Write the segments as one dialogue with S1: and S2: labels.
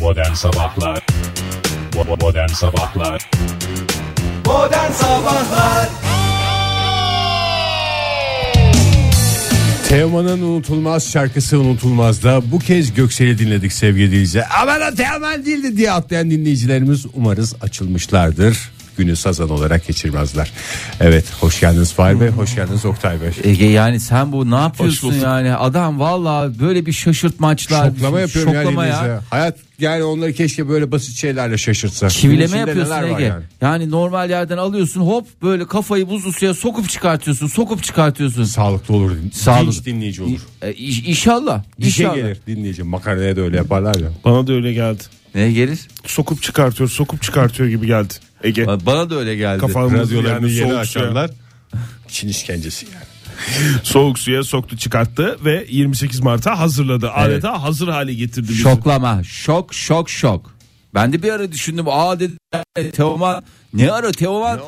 S1: Modern Sabahlar Bo- Modern Sabahlar
S2: Modern Sabahlar
S3: Teoman'ın unutulmaz şarkısı unutulmaz da bu kez Göksel'i dinledik sevgili dinleyiciler. Aman ha, Teoman değildi diye atlayan dinleyicilerimiz umarız açılmışlardır. Günü sazan olarak geçirmezler. Evet hoş geldiniz Fahir Bey, hoş geldiniz Oktay Bey.
S4: Ege yani sen bu ne yapıyorsun
S3: bulduk.
S4: yani adam valla böyle bir şaşırtmaçlar
S3: Şoklama yapıyorum
S4: şoklama
S3: yani
S4: ya.
S3: ya. Hayat yani onları keşke böyle basit şeylerle şaşırtsa. Bunun
S4: çivileme
S3: içinde
S4: yapıyorsun
S3: neler var
S4: Ege yani. normal yerden alıyorsun hop böyle kafayı buzlu suya sokup çıkartıyorsun sokup çıkartıyorsun
S3: Sağlıklı olur.
S4: Sağlıklı.
S3: Dinç dinleyici olur.
S4: E, iş- İnşallah
S3: Dişe
S4: inşallah.
S3: gelir dinleyici. Makarnaya da öyle yaparlar ya.
S5: Bana da öyle geldi.
S4: Ne gelir?
S5: Sokup çıkartıyor, sokup çıkartıyor gibi geldi. Ege.
S3: E,
S4: Ba- Bana da öyle geldi.
S5: Kafamızı
S3: Radyolarını
S5: yani
S3: yeni
S5: soğuk
S3: açarlar. Çin işkencesi yani.
S5: Suya, soğuk suya soktu çıkarttı ve 28 Mart'a hazırladı. Adeta hazır hale getirdi bizi.
S4: Şoklama şok şok şok. Ben de bir ara düşündüm aa dedi E, Teoman ne ara Teoman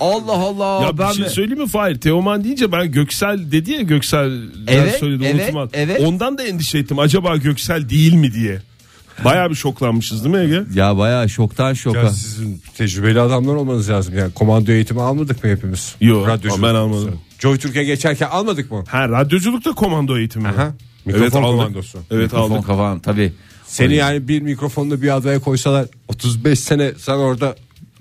S4: Allah Allah
S5: Ya ben
S4: ben
S5: bir şey
S4: mi-
S5: söyleyeyim mi Fahir? Teoman deyince ben Göksel dedi ya Göksel
S4: Evet,
S5: söyledi
S4: evet,
S5: unutmaz.
S4: evet.
S5: Ondan da endişe ettim. Acaba Göksel değil mi diye. Baya bir şoklanmışız değil mi Ege?
S4: ya bayağı şoktan şoka.
S3: Ya sizin tecrübeli adamlar olmanız lazım. Yani komando eğitimi almadık mı hepimiz?
S5: Yok,
S3: Radyoculuk.
S5: ben almadım.
S3: Joy Türkiye geçerken almadık mı?
S5: Ha radyoculukta komando eğitimi.
S3: Aha. Mikrofon
S5: Evet aldık.
S3: komandosu.
S5: Evet
S4: Mikrofon
S5: aldık.
S4: kafam tabii.
S3: Seni yani bir mikrofonla bir adaya koysalar 35 sene sen orada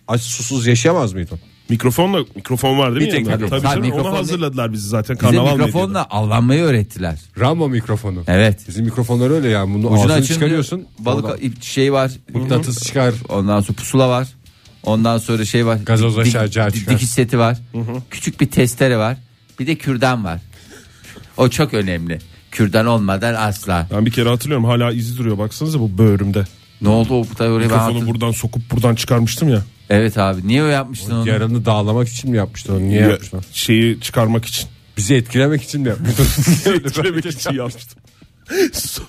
S3: aç susuz yaşayamaz mıydın?
S5: Mikrofonla mikrofon var değil
S3: Bir
S5: mi?
S3: tek
S5: yanında?
S3: mikrofon.
S5: Tabii canım,
S4: Sadece
S5: onu
S4: mikrofonla-
S5: hazırladılar bizi zaten
S4: Bize
S5: karnaval medyada.
S4: mikrofonla avlanmayı öğrettiler.
S3: Rambo mikrofonu.
S4: Evet.
S3: Bizim mikrofonlar öyle yani bunu
S4: Ucunu
S3: ağzını
S4: açın
S3: çıkarıyorsun.
S4: diyor, Balık ip- şey var.
S3: mıknatıs çıkar.
S4: Ondan sonra pusula var. Ondan sonra şey var.
S3: Gazoz aşağı, cağ çıkar.
S4: Dikiş seti var. Küçük bir testere var. Bir de kürdan var. O çok önemli. Kürdan olmadan asla.
S5: Ben bir kere hatırlıyorum hala izi duruyor baksanıza bu böğrümde.
S4: Ne oldu o Oktay oraya ben
S5: Mikrofonu
S4: hatır-
S5: buradan sokup buradan çıkarmıştım ya.
S4: Evet abi niye o yapmıştın onu?
S3: Yaranı dağlamak için mi yapmıştın onu? Niye
S5: Ya-
S3: yapmıştın?
S5: Şeyi çıkarmak için.
S3: Bizi etkilemek için mi yapmıştın?
S5: Etkilemek için yapmıştım. So-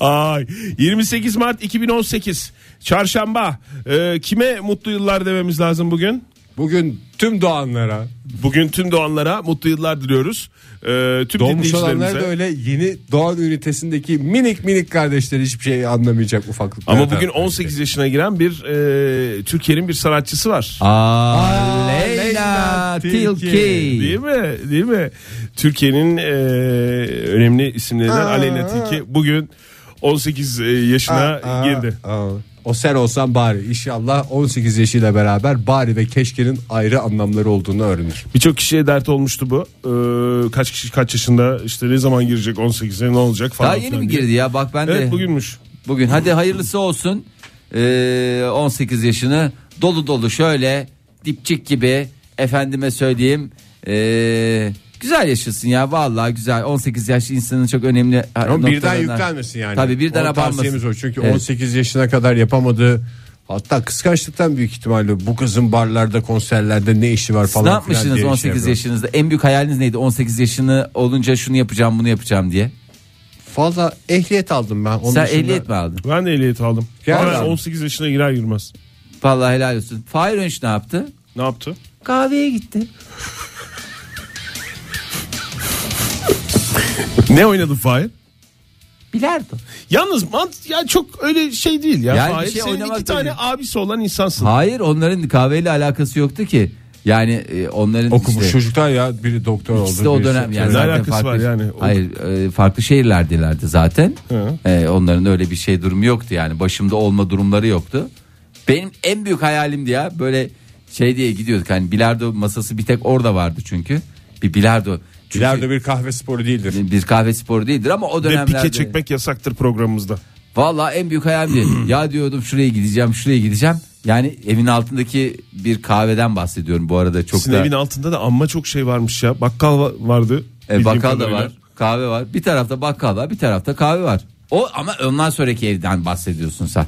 S5: Ay 28 Mart 2018 Çarşamba Ee, kime mutlu yıllar dememiz lazım bugün?
S3: Bugün tüm doğanlara,
S5: Bugün tüm doğanlara mutlu yıllar diliyoruz. Ee, tüm
S3: Doğmuş olanlar
S5: dinleyicilerimize.
S3: da öyle yeni doğan ünitesindeki minik minik kardeşleri hiçbir şey anlamayacak ufaklıklar.
S5: Ama bugün 18 yaşına giren bir e, Türkiye'nin bir sanatçısı var.
S4: Aa, Leyla
S3: Leyla Tilki.
S4: Tilki.
S5: Değil mi? Değil mi? Türkiye'nin e, önemli isimlerinden Aleyna Tilki bugün 18 yaşına girdi.
S3: Aa, o sen olsan bari inşallah 18 yaşıyla beraber bari ve keşkenin ayrı anlamları olduğunu öğrenir.
S5: Birçok kişiye dert olmuştu bu. Ee, kaç kişi kaç yaşında işte ne zaman girecek 18'e ne olacak falan.
S4: Daha yeni
S5: filan
S4: mi
S5: diye.
S4: girdi ya bak ben de.
S5: Evet bugünmüş.
S4: Bugün hadi hayırlısı olsun. Ee, 18 yaşını dolu dolu şöyle dipçik gibi efendime söyleyeyim. ee, güzel yaşasın ya vallahi güzel. 18 yaş insanın çok önemli
S3: Ama
S4: noktalarından.
S3: birden yüklenmesin yani.
S4: Tabii birden
S3: Onun
S4: abanmasın.
S3: tavsiyemiz o. Çünkü
S4: Evet.
S3: 18 yaşına kadar yapamadığı hatta kıskançlıktan büyük ihtimalle bu kızın barlarda konserlerde ne işi var falan
S4: Siz ne
S3: filan
S4: yapmışsınız
S3: diye şey
S4: 18
S3: yapıyor.
S4: yaşınızda? En büyük hayaliniz neydi? 18 yaşını olunca şunu yapacağım bunu yapacağım diye.
S3: Valla ehliyet aldım ben. Onun
S4: Sen
S3: dışında-
S4: ehliyet mi aldın?
S5: Ben de ehliyet aldım.
S3: Gel
S5: Ama
S3: lan.
S5: 18 yaşına girer girmez.
S4: Vallahi helal olsun. Fahir Önç ne yaptı?
S5: Ne yaptı?
S4: Kahveye gitti.
S5: ne oynadı Fahir?
S4: Bilardo.
S5: Yalnız mant ya çok öyle şey değil ya.
S4: Yani bir
S5: Fahir
S4: şey
S5: senin
S4: oynamak
S5: iki
S4: da
S5: tane
S4: değil.
S5: abisi olan insansın.
S4: Hayır onların kahveyle alakası yoktu ki. Yani e, onların
S3: Okumuş
S4: işte-
S3: çocuklar ya biri doktor oldu.
S4: İkisi de o
S3: birisi-
S4: dönem yani
S5: Ne
S4: zaten
S5: alakası
S4: farklı,
S5: var yani? O-
S4: Hayır e, farklı şehirlerdilerdi zaten.
S5: Hı.
S4: E, onların öyle bir şey durumu yoktu yani başımda olma durumları yoktu. Benim en büyük hayalimdi ya böyle şey diye gidiyorduk hani bilardo masası bir tek orada vardı çünkü. Bir bilardo. Çünkü
S3: Bilardo bir kahve sporu değildir.
S4: bir kahve sporu değildir ama o
S5: Ve
S4: dönemlerde.
S5: pike çekmek yasaktır programımızda.
S4: Valla en büyük hayalimdi. ya diyordum şuraya gideceğim şuraya gideceğim. Yani evin altındaki bir kahveden bahsediyorum bu arada çok
S5: Sizin
S4: da.
S5: evin altında da amma çok şey varmış ya. Bakkal va- vardı.
S4: E,
S5: bildiğim
S4: bakkal da
S5: kadarıyla.
S4: var, kahve var. Bir tarafta bakkal var, bir tarafta kahve var. O ama ondan sonraki evden bahsediyorsun sen.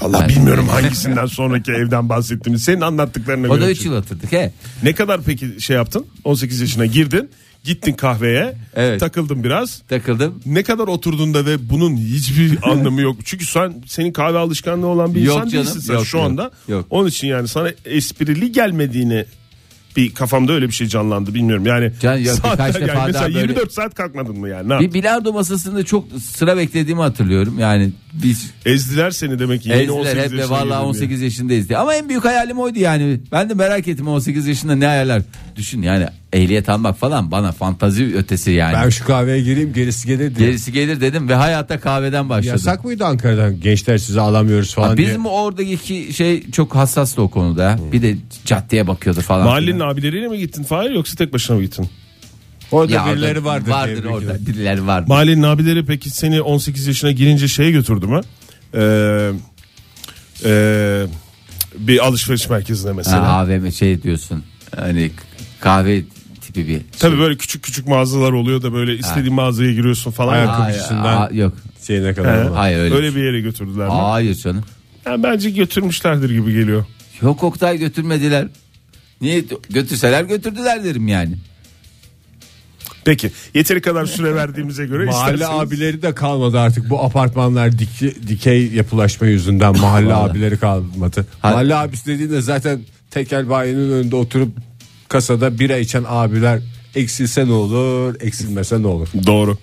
S5: Allah bilmiyorum hangisinden sonraki evden bahsettiğimi. Senin anlattıklarına
S4: O
S5: göre.
S4: da 3
S5: çünkü.
S4: yıl hatırladık he.
S5: Ne kadar peki şey yaptın? 18 yaşına girdin. Gittin kahveye.
S4: Evet.
S5: Takıldın biraz.
S4: Takıldım.
S5: Ne kadar oturduğunda ve bunun hiçbir anlamı yok. Çünkü sen senin kahve alışkanlığı olan bir
S4: Yok
S5: insan
S4: canım,
S5: değilsin sen
S4: yok,
S5: şu
S4: yok,
S5: anda.
S4: yok.
S5: Onun için yani sana esprili gelmediğini bir kafamda öyle bir şey canlandı bilmiyorum. Yani
S4: Can, yok,
S5: saatler
S4: birkaç defa
S5: yani mesela
S4: daha böyle-
S5: 24 saat kalkmadın mı yani? Ne
S4: Bir bilardo masasında çok sıra beklediğimi hatırlıyorum. Yani Biz
S5: Ezdiler seni demek ki. Yeni
S4: ezdiler
S5: 18
S4: hep de
S5: yaşına girdin
S4: vallahi
S5: diye.
S4: 18 yaşındayız diye. Ama en büyük hayalim oydu yani. Ben de merak ettim 18 yaşında ne hayaller. Düşün yani ehliyet almak falan bana fantazi ötesi yani.
S3: Ben şu kahveye gireyim gerisi gelir diye.
S4: Gerisi gelir dedim ve hayatta kahveden başladım.
S3: Yasak mıydı Ankara'dan gençler sizi alamıyoruz falan
S4: Ha,
S3: diye.
S4: Bizim oradaki şey çok hassastı o konuda. Bir de caddeye bakıyordu falan.
S5: Mahallenin
S4: filan.
S5: abileriyle mi gittin Fahir yoksa tek başına mı gittin?
S3: Orada
S4: Ya orada
S3: birileri vardır. diye
S4: Vardır
S3: bir kere.
S4: orada birileri var.
S5: Mahallenin abileri peki seni 18 yaşına girince şeye götürdü mü? Ee, ee, bir alışveriş merkezine
S4: Ha,
S5: mesela.
S4: AVM şey diyorsun. Hani kahve tipi bir.
S5: Tabii böyle küçük küçük mağazalar oluyor da böyle istediğin mağazaya giriyorsun falan.
S3: Ayakkabı
S5: Ayakkabı.
S4: Hayır,
S3: kapısından-
S4: aa, yok.
S3: Şeyine kadar.
S5: He.
S3: olan.
S4: Hayır öyle.
S5: Öyle bir yere götürdüler mi?
S4: Hayır canım.
S5: Yani bence götürmüşlerdir gibi geliyor.
S4: Yok Oktay götürmediler. Niye götürseler götürdüler derim yani.
S5: Peki yeteri kadar süre verdiğimize göre
S3: Mahalle
S5: isterseniz-
S3: abileri de kalmadı artık bu apartmanlar dik- dikey yapılaşma yüzünden mahalle
S4: Vallahi.
S3: abileri kalmadı.
S4: Ha-
S3: Mahalle abisi dediğinde zaten tekel bayinin önünde oturup kasada bira içen abiler eksilse ne olur eksilmese ne olur.
S5: Doğru.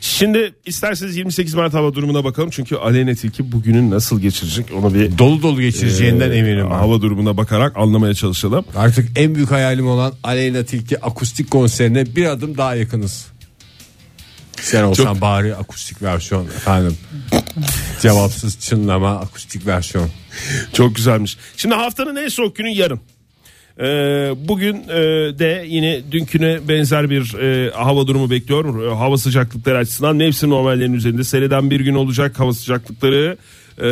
S5: Şimdi isterseniz 28 Mart hava durumuna bakalım. Çünkü Aleyne Tilki bugünü nasıl geçirecek onu bir
S3: Dolu dolu geçireceğinden
S5: Ee,
S3: eminim. ben.
S5: Hava durumuna bakarak anlamaya çalışalım.
S3: Artık en büyük hayalim olan Aleyna Tilki akustik konserine bir adım daha yakınız. Sen olsan bari akustik versiyon efendim. Cevapsız çınlama akustik versiyon.
S5: Çok güzelmiş. Şimdi haftanın en soğuk günü yarın. Ee, bugün e, de yine dünküne benzer bir e, hava durumu bekliyor. E, hava sıcaklıkları açısından mevsim normallerinin üzerinde seriden bir gün olacak hava sıcaklıkları. E,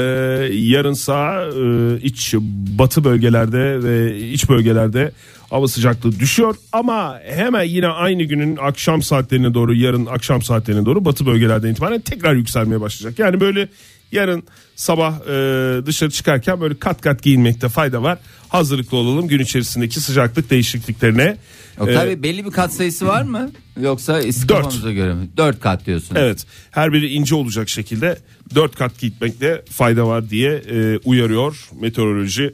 S5: yarınsa e, iç batı bölgelerde ve iç bölgelerde hava sıcaklığı düşüyor ama hemen yine aynı günün akşam saatlerine doğru yarın akşam saatlerine doğru batı bölgelerden itibaren tekrar yükselmeye başlayacak. Yani böyle yarın sabah e, dışarı çıkarken böyle kat kat giyinmekte fayda var. Hazırlıklı olalım gün içerisindeki sıcaklık değişikliklerine.
S4: Yok
S5: E,
S4: tabii belli bir kat sayısı var mı? Yoksa istikamamıza göre mi? Dört kat diyorsun.
S5: Evet her biri ince olacak şekilde dört kat gitmekte fayda var diye e, uyarıyor meteoroloji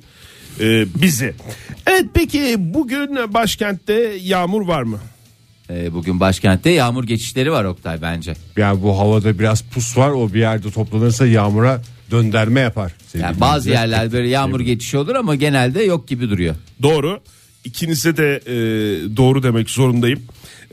S5: e, bizi. Evet peki bugün başkentte yağmur var mı?
S4: Ee, bugün başkentte yağmur geçişleri var Oktay bence.
S3: Yani bu havada biraz pus var o bir yerde toplanırsa yağmura dönderme yapar. sevgili
S4: Yani bazı
S3: dinleyiciler.
S4: yerler böyle yağmur geçişi olur ama genelde yok gibi duruyor.
S5: Doğru. İkinize de e, doğru demek zorundayım.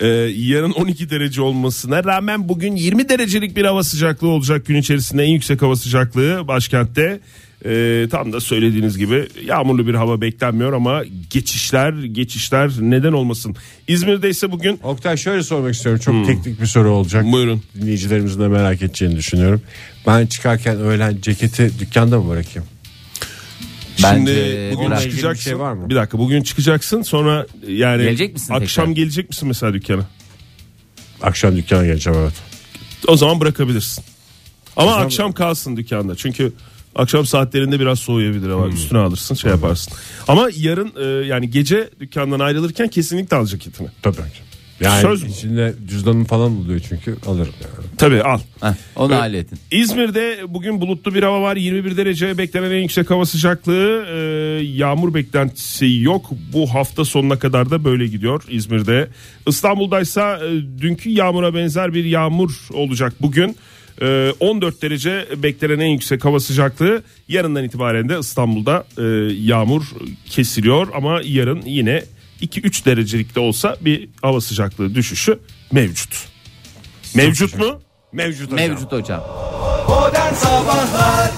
S5: E, yarın 12 derece olmasına rağmen bugün 20 derecelik bir hava sıcaklığı olacak gün içerisinde en yüksek hava sıcaklığı başkentte. E, tam da söylediğiniz gibi yağmurlu bir hava beklenmiyor ama geçişler geçişler neden olmasın. İzmir'de ise bugün
S3: Oktay şöyle sormak istiyorum çok teknik bir soru olacak.
S5: Buyurun.
S3: Dinleyicilerimizin de merak edeceğini düşünüyorum. Ben çıkarken öğlen ceketi dükkanda mı bırakayım?
S5: şimdi bugün
S4: bırak.
S3: ilgili bir
S5: çıkacaksın. Bir,
S3: şey var mı?
S5: dakika bugün çıkacaksın sonra yani
S4: Gelecek misin
S5: akşam
S4: tekrar?
S5: gelecek misin mesela dükkana?
S3: Akşam dükkana geleceğim evet.
S5: o zaman bırakabilirsin. Ama akşam kalsın dükkanda. Çünkü akşam saatlerinde biraz soğuyabilir ama üstüne alırsın şey yaparsın. Ama yarın e, yani gece dükkandan ayrılırken kesinlikle al ceketini.
S3: Tabii. Yani
S5: Söz mü?
S3: içinde cüzdanım falan buluyor çünkü alırım yani.
S5: Tabii al.
S4: Heh, onu
S5: Evet.
S4: halledin.
S5: Ee, İzmir'de bugün bulutlu bir hava var. 21 derece beklenen en yüksek hava sıcaklığı. Ee, yağmur beklentisi yok. Bu hafta sonuna kadar da böyle gidiyor İzmir'de. İstanbul'daysa e, dünkü yağmura benzer bir yağmur olacak bugün. Ee, 14 derece beklenen en yüksek hava sıcaklığı. Yarından itibaren de İstanbul'da e, yağmur kesiliyor ama yarın yine 2-3 derecelik de olsa bir hava sıcaklığı düşüşü mevcut. Mevcut mu? Mevcut hocam.
S4: Mevcut hocam.
S2: Modern Sabahlar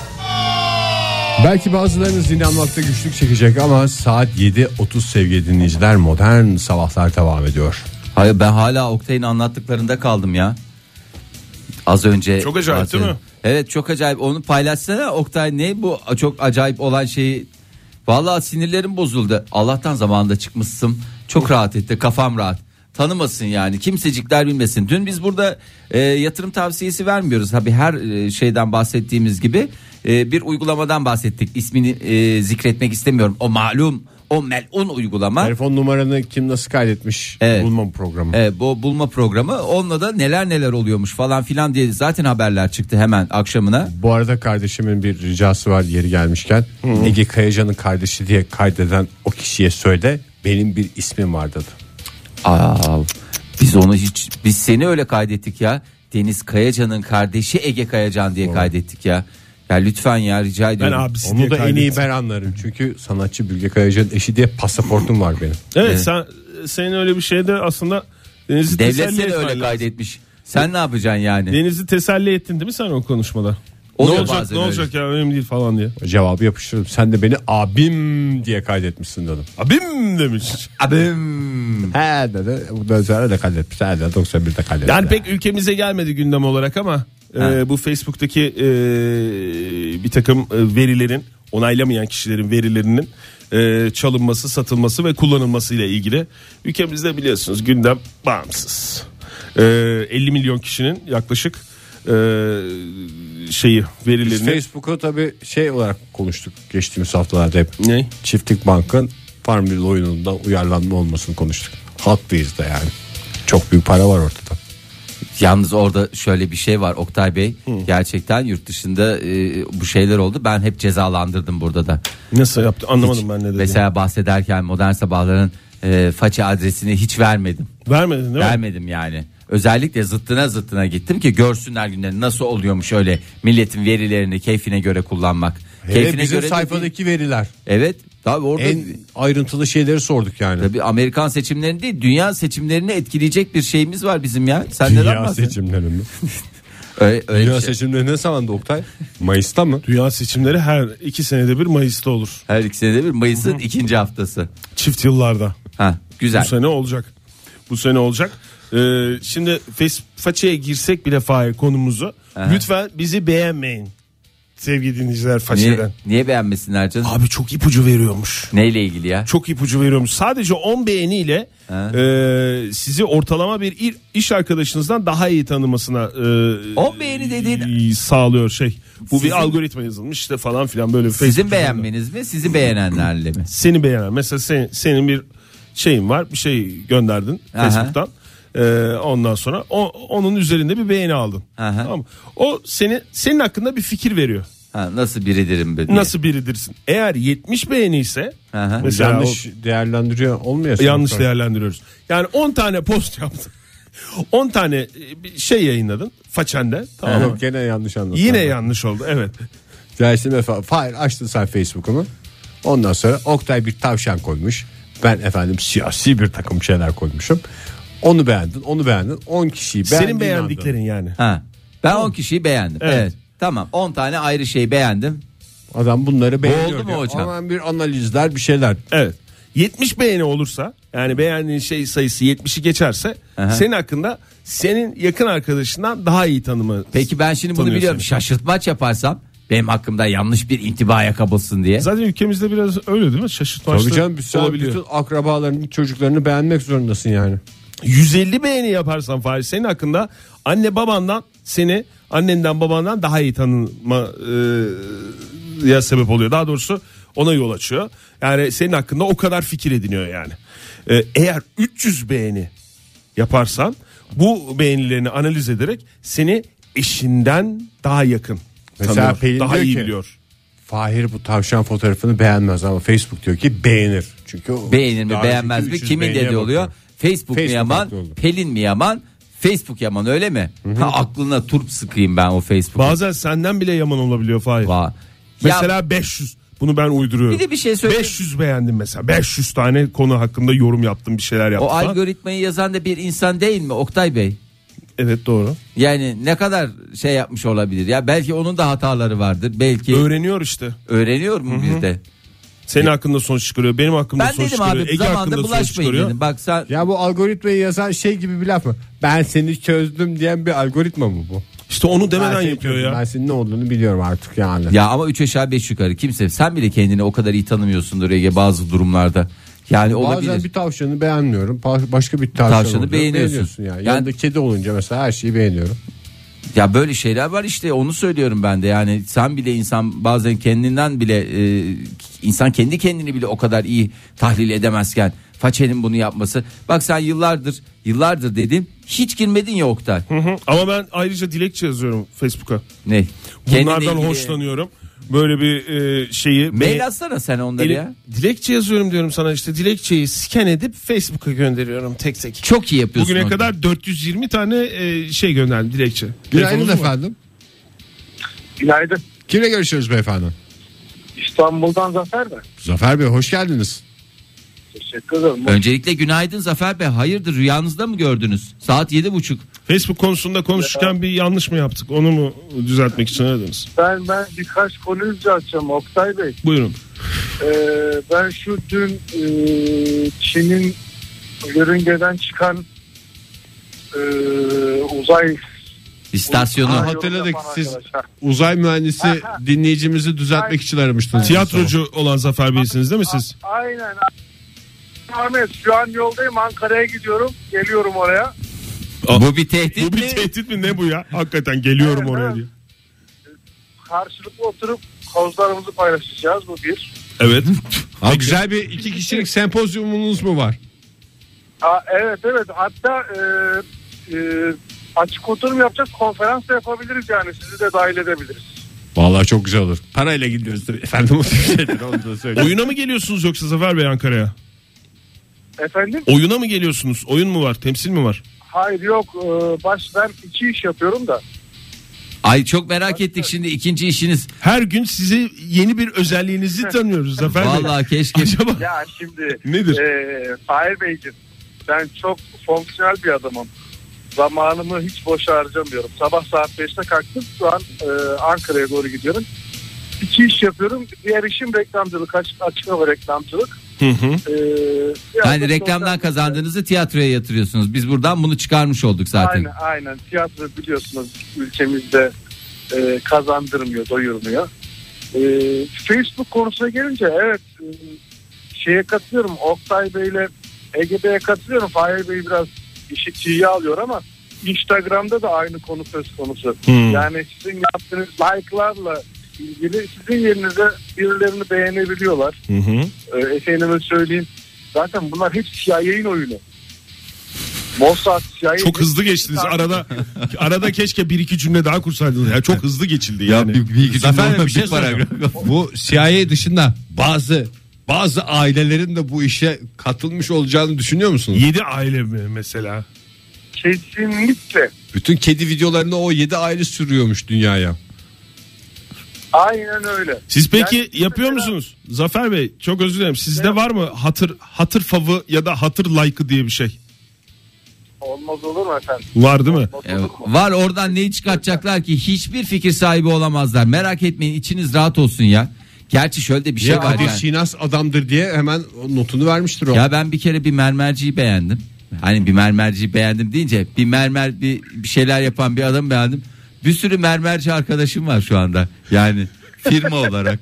S3: Belki bazılarınız inanmakta güçlük çekecek ama saat 7.30 sevgili dinleyiciler modern sabahlar devam ediyor.
S4: Hayır ben hala Oktay'ın anlattıklarında kaldım ya. Az önce.
S5: Çok acayip
S4: zaten-
S5: değil mi?
S4: Evet çok acayip. Onu paylaşsana Oktay ne bu çok acayip olan şeyi. Vallahi sinirlerim bozuldu. Allah'tan zamanında çıkmışsın. Çok rahat etti kafam rahat. Tanımasın yani kimsecikler bilmesin. Dün biz burada e, yatırım tavsiyesi vermiyoruz. Tabii her e, şeyden bahsettiğimiz gibi e, bir uygulamadan bahsettik. İsmini e, zikretmek istemiyorum. O malum o melun uygulama.
S3: Telefon numaranı kim nasıl kaydetmiş
S4: Evet.
S3: bulmam programı.
S4: Evet, E, bu bulma programı onunla da neler neler oluyormuş falan filan diye zaten haberler çıktı hemen akşamına.
S3: Bu arada kardeşimin bir ricası var yeri gelmişken. Ege Kayacan'ın kardeşi diye kaydeden o kişiye söyle benim bir ismim var dedi.
S4: Aa, biz onu hiç biz seni öyle kaydettik ya. Deniz Kayacan'ın kardeşi Ege Kayacan diye kaydettik ya. Ya lütfen ya rica
S5: Ben
S4: ediyorum.
S5: abisi diye
S3: Onu da en
S5: kaydettim.
S3: iyi ben anlarım. Çünkü sanatçı Bilge Kayacan eşi diye pasaportum var benim.
S5: Evet, sen senin öyle bir şeyde aslında Deniz'i
S4: Devlet
S5: teselli
S4: seni
S5: etmen
S4: öyle
S5: lazım.
S4: kaydetmiş. Sen ne yapacaksın yani?
S5: Deniz'i teselli ettin değil mi sen o konuşmada?
S4: Oluyor
S5: ne olacak
S4: bazen
S5: ne
S4: öyle.
S5: olacak ya önemli değil falan diye.
S3: Cevabı yapıştırdım. Sen de beni abim diye kaydetmişsin dedim.
S5: Abim demiş.
S4: Abim.
S3: He dedi. Bundan sonra da kaydetmiş. He dedi 91'de kaydetmiş.
S5: Yani pek ülkemize gelmedi gündem olarak ama e, bu Facebook'taki e, bir takım e, verilerin onaylamayan kişilerin verilerinin e, çalınması, satılması ve kullanılması ile ilgili ülkemizde biliyorsunuz gündem bağımsız. E, 50 milyon kişinin yaklaşık e, şeyi
S3: Biz
S5: verilerini
S3: Facebook'a tabii şey olarak konuştuk geçtiğimiz haftalarda hep.
S5: Ne?
S3: Çiftlik Bank'ın Farmville oyununda uyarlanma olmasını konuştuk. Haklıyız da yani. Çok büyük para var ortada.
S4: Yalnız orada şöyle bir şey var Oktay Bey. Gerçekten yurt dışında e, bu şeyler oldu. Ben hep cezalandırdım burada da.
S5: nasıl yaptı anlamadım ben ne dediğini.
S4: Mesela bahsederken modern sabahların e, faça adresini hiç vermedim.
S5: Vermedin değil mi?
S4: Vermedim yani. Özellikle zıttına zıttına gittim ki görsünler günleri nasıl oluyormuş öyle milletin verilerini keyfine göre kullanmak.
S3: Hele
S4: keyfine
S3: bizim
S4: de değil.
S3: sayfadaki veriler.
S4: Evet. Tabii orada
S3: En ayrıntılı şeyleri sorduk yani.
S4: tabii Amerikan seçimlerini değil dünya seçimlerini etkileyecek bir şeyimiz var bizim ya. Sen neden
S3: Dünya
S4: bahsediyorsun?
S3: seçimleri mi?
S4: Öyle, öyle bir
S3: Dünya
S4: şey.
S3: seçimleri ne zaman Oktay? Mayıs'ta mı?
S5: Dünya seçimleri her iki senede bir Mayıs'ta olur.
S4: Her ikisine de bir Mayıs'ın ikinci haftası.
S5: Çift yıllarda.
S4: Ha
S5: Bu
S4: güzel.
S5: sene olacak. Bu sene olacak. Ee, şimdi Fes- façaya girsek bile Fahir konumuzu. Lütfen bizi beğenmeyin. Sevgili dinleyiciler
S4: Niye,
S5: façeden.
S4: niye beğenmesinler canım?
S5: Abi çok ipucu veriyormuş.
S4: Neyle ilgili ya?
S5: Çok ipucu veriyormuş. Sadece 10 beğeniyle
S4: Ha.
S5: e, sizi ortalama bir il- iş arkadaşınızdan daha iyi tanımasına e,
S4: 10 beğeni dediğin-
S5: e, sağlıyor şey. Bu
S4: Sizin-
S5: bir algoritma yazılmış işte falan filan böyle.
S4: Sizin
S5: Facebook'ta-
S4: beğenmeniz mi? Sizi beğenenlerle mi?
S5: seni beğenen mesela sen- senin bir şeyin var bir şey gönderdin
S4: Aha.
S5: Facebook'tan Ee, ondan sonra o, onun üzerinde bir beğeni aldın
S4: Aha.
S5: tamam mı? o seni senin hakkında bir fikir veriyor
S4: Ha, nasıl biridirim be diye.
S5: nasıl biridirsin eğer 70 beğeni ise
S4: Aha.
S5: mesela yanlış
S3: Yanlış değerlendiriyor olmuyor.
S5: yanlış
S3: sonuçta.
S5: değerlendiriyoruz yani 10 tane post yaptın 10 tane e, bir şey yayınladın façende tamam mı?
S3: Yok gene yanlış anladım.
S5: yine yanlış oldu evet
S3: Ya işte mesela Fahir açtın sen Facebook'unu. Ondan sonra Oktay bir tavşan koymuş. Ben efendim siyasi bir takım şeyler koymuşum. Onu beğendin, onu beğendin. 10 kişiyi beğendin.
S5: senin beğendiklerin yani
S4: Ha. Ben 10 kişiyi beğendim. Evet.
S5: Evet.
S4: Tamam 10 tane ayrı şey beğendim.
S3: Adam bunları beğeniyor.
S4: oldu mu
S3: diyor.
S4: hocam?
S3: Hemen bir analizler bir şeyler.
S5: Evet. 70 beğeni olursa yani beğendiğin şey sayısı 70'i geçerse
S4: Aha.
S5: senin hakkında senin yakın arkadaşından daha iyi tanımı.
S4: Peki ben şimdi bunu
S5: Tanıyor
S4: biliyorum.
S5: seni.
S4: Şaşırtmaç yaparsam benim hakkımda yanlış bir intibaya kapılsın diye.
S5: Zaten ülkemizde biraz öyle değil mi? Şaşırtmaçlı
S3: Tabii canım sen
S5: olabiliyor.
S3: bütün akrabalarının çocuklarını beğenmek zorundasın yani.
S5: 150 beğeni yaparsan Fahri senin hakkında anne babandan seni annenden babandan daha iyi tanıma e, ya sebep oluyor. Daha doğrusu ona yol açıyor. Yani senin hakkında o kadar fikir ediniyor yani. E, eğer 300 beğeni yaparsan bu beğenilerini analiz ederek seni eşinden daha yakın
S3: Mesela
S5: tanıyor.
S3: Pelin
S5: daha
S3: diyor
S5: iyi
S3: ki-
S5: biliyor.
S3: Fahir bu tavşan fotoğrafını beğenmez ama Facebook diyor ki beğenir. Çünkü o
S4: Beğenir mi
S3: daha
S4: beğenmez
S3: önceki
S4: mi
S3: 300
S4: kimin
S3: beğeniye
S4: dediği oluyor?
S3: bakıyor.
S4: Facebook, mu
S3: Facebook
S4: yaman
S3: haklı oldu.
S4: Pelin mi yaman Facebook yaman öyle mi? Ha, aklına turp sıkayım ben o Facebook'u.
S5: Bazen senden bile yaman olabiliyor Fahri.
S4: Va-
S5: Mesela
S4: ya,
S5: 500 bunu ben uyduruyorum.
S4: Bir de bir şey söyleyeyim.
S5: 500 beğendim mesela. 500 tane konu hakkında yorum yaptım, bir şeyler yaptım.
S4: o
S5: falan.
S4: algoritmayı yazan da bir insan değil mi Oktay Bey?
S5: Evet doğru.
S4: Yani ne kadar şey yapmış olabilir ya belki onun da hataları vardır belki
S5: Öğreniyor işte.
S4: öğreniyor mu bir de?
S5: Senin hakkında sonuç çıkarıyor. Benim hakkımda
S4: Ben
S5: sonuç
S4: dedim
S5: çıkarıyor.
S4: abi
S5: Ege hakkında
S4: zamanda
S5: sonuç
S4: bulaşmayın
S5: çıkarıyor.
S4: dedim. Bak sen
S3: Ya bu algoritmayı yazan şey gibi bir laf mı? Ben seni çözdüm diyen bir algoritma mı bu?
S5: İşte onu
S3: Ben
S5: demeden
S3: seni
S5: yapıyor
S3: çözdüm,
S5: ya.
S3: Ben senin ne olduğunu biliyorum artık yani.
S4: Ya ama 3 aşağı 5 yukarı kimse sen bile kendini o kadar iyi tanımıyorsundur Ege bazı durumlarda. Yani
S3: Bazen
S4: olabilir.
S3: bir tavşanı beğenmiyorum. pa- Başka bir tavşan
S4: Tavşanı
S3: oluyor,
S4: beğeniyorsun.
S3: yani.
S4: Yani-
S3: Yanında kedi olunca mesela her şeyi beğeniyorum.
S4: Ya böyle şeyler var işte onu söylüyorum ben de. Yani sen bile insan bazen kendinden bile e, insan kendi kendini bile o kadar iyi tahlil edemezken façenin bunu yapması. Bak sen yıllardır yıllardır dedim hiç girmedin ya Oktay.
S5: Hı hı. Ama ben ayrıca dilekçe yazıyorum Facebook'a.
S4: Ne? Kendinle
S5: Bunlardan
S4: ilgili-
S5: hoşlanıyorum. böyle bir e, şeyi.
S4: Mail atsana sen onları
S5: Dile-
S4: ya.
S5: dilekçe yazıyorum diyorum sana işte dilekçeyi scan edip Facebook'a gönderiyorum tek tek.
S4: Çok iyi yapıyorsun.
S5: Bugüne
S4: onu.
S5: kadar 420 tane e, şey gönderdim dilekçe.
S3: Günaydın
S5: Telefonumuz var.
S3: efendim.
S6: Günaydın.
S3: Kimle görüşüyoruz beyefendi?
S6: İstanbul'dan Zafer ben.
S3: Zafer Bey hoş geldiniz.
S6: Teşekkür ederim.
S4: Öncelikle günaydın Zafer Bey. Hayırdır rüyanızda mı gördünüz? Saat yedi buçuk.
S5: Facebook konusunda konuşurken bir yanlış mı yaptık onu mu düzeltmek için aradınız?
S6: Ben, ben birkaç konu önce açacağım Oktay Bey.
S5: Buyurun.
S6: Ee, ben şu dün e, Çin'in yörüngeden çıkan e, uzay
S4: İstasyonu.
S6: uzay
S3: hatırladık.
S6: yolu yapan
S3: Siz-
S6: arkadaşlar.
S3: Uzay mühendisi dinleyicimizi düzeltmek için aramıştınız.
S5: Tiyatrocu olan Zafer Bey'siniz değil mi siz?
S6: A- aynen. Ahmet şu an yoldayım Ankara'ya gidiyorum. Geliyorum oraya.
S4: Bu bir tehdit
S5: Bu bir
S4: mi?
S5: tehdit mi ne bu ya? Hakikaten geliyorum oraya diye.
S6: Karşılıklı oturup kozlarımızı paylaşacağız bu bir.
S5: Evet.
S3: Ha, güzel bir iki kişilik sempozyumunuz mu var?
S6: Aa, evet evet hatta e, e, açık oturum yapacağız konferans da yapabiliriz yani sizi de dahil edebiliriz.
S3: Vallahi çok güzel olur. Parayla gidiyoruz tabii. Efendim o tür şeyler onu da söyleyeyim.
S5: Oyuna mı geliyorsunuz yoksa Zafer Bey Ankara'ya?
S6: Efendim?
S5: Oyuna mı geliyorsunuz? Oyun mu var? Temsil mi var?
S6: Hayır yok e, baş ben iki iş yapıyorum da.
S4: Ay çok merak ettik şimdi ikinci işiniz.
S5: Her gün sizi yeni bir özelliğinizi tanıyoruz Zafer Bey.
S4: Vallahi keşke.
S5: Acaba
S6: Ya şimdi
S5: Nedir?
S6: E, Fahir Beyciğim ben çok fonksiyonel bir adamım. Zamanımı hiç boş harcamıyorum. Sabah saat 5'te kalktım şu an e, Ankara'ya doğru gidiyorum. İki iş yapıyorum. Diğer işim reklamcılık, açık, açık hava reklamcılık. E, biraz da
S4: Yani reklamdan
S6: sosyal-
S4: kazandığınızı tiyatroya yatırıyorsunuz. Biz buradan bunu çıkarmış olduk zaten.
S6: Aynen aynen. Tiyatro biliyorsunuz ülkemizde e, kazandırmıyor, doyurmuyor. E, Facebook konusuna gelince evet e, şeye katılıyorum. Oktay Bey'le Ege Bey'e katılıyorum. Fahir Bey biraz işi çiğye alıyor ama Instagram'da da aynı konu söz konusu.
S5: Hmm.
S6: Yani sizin yaptığınız like'larla ilgili sizin yerinize birilerini beğenebiliyorlar.
S5: Hı hı.
S6: Ee, efendime söyleyeyim. Zaten bunlar hep CIA'in oyunu. Mossad, CIA...
S5: Çok hızlı geçtiniz. Arada arada keşke bir iki cümle daha kursaydınız. Ya çok hızlı geçildi
S3: Ya
S5: yani.
S3: bir, bir iki
S5: Zafer
S3: cümle-
S5: Bey, bir şey
S3: paragraf. Bu CIA dışında bazı bazı ailelerin de bu işe katılmış olacağını düşünüyor musunuz?
S5: 7 aile mi mesela?
S6: Kesinlikle.
S3: Bütün kedi videolarını o 7 aile sürüyormuş dünyaya.
S6: Aynen öyle.
S5: Siz peki
S6: Yani-
S5: yapıyor musunuz? Zafer Bey çok özür dilerim. Sizde var mı hatır hatır favı ya da hatır like'ı diye bir şey?
S6: Olmaz olur mu efendim?
S5: Var değil mi?
S4: Ee,
S6: Bozulur mu?
S4: var oradan neyi çıkartacaklar ki hiçbir fikir sahibi olamazlar. Merak etmeyin içiniz rahat olsun ya. Gerçi şöyle de bir şey
S3: ya
S4: var
S3: Kadir
S4: yani.
S3: Şinas adamdır diye hemen notunu vermiştir o.
S4: Ya ben bir kere bir mermerciyi beğendim. Hani bir mermerciyi beğendim deyince bir mermer bir, bir şeyler yapan bir adam beğendim. Bir sürü mermerci arkadaşım var şu anda. Yani firma olarak.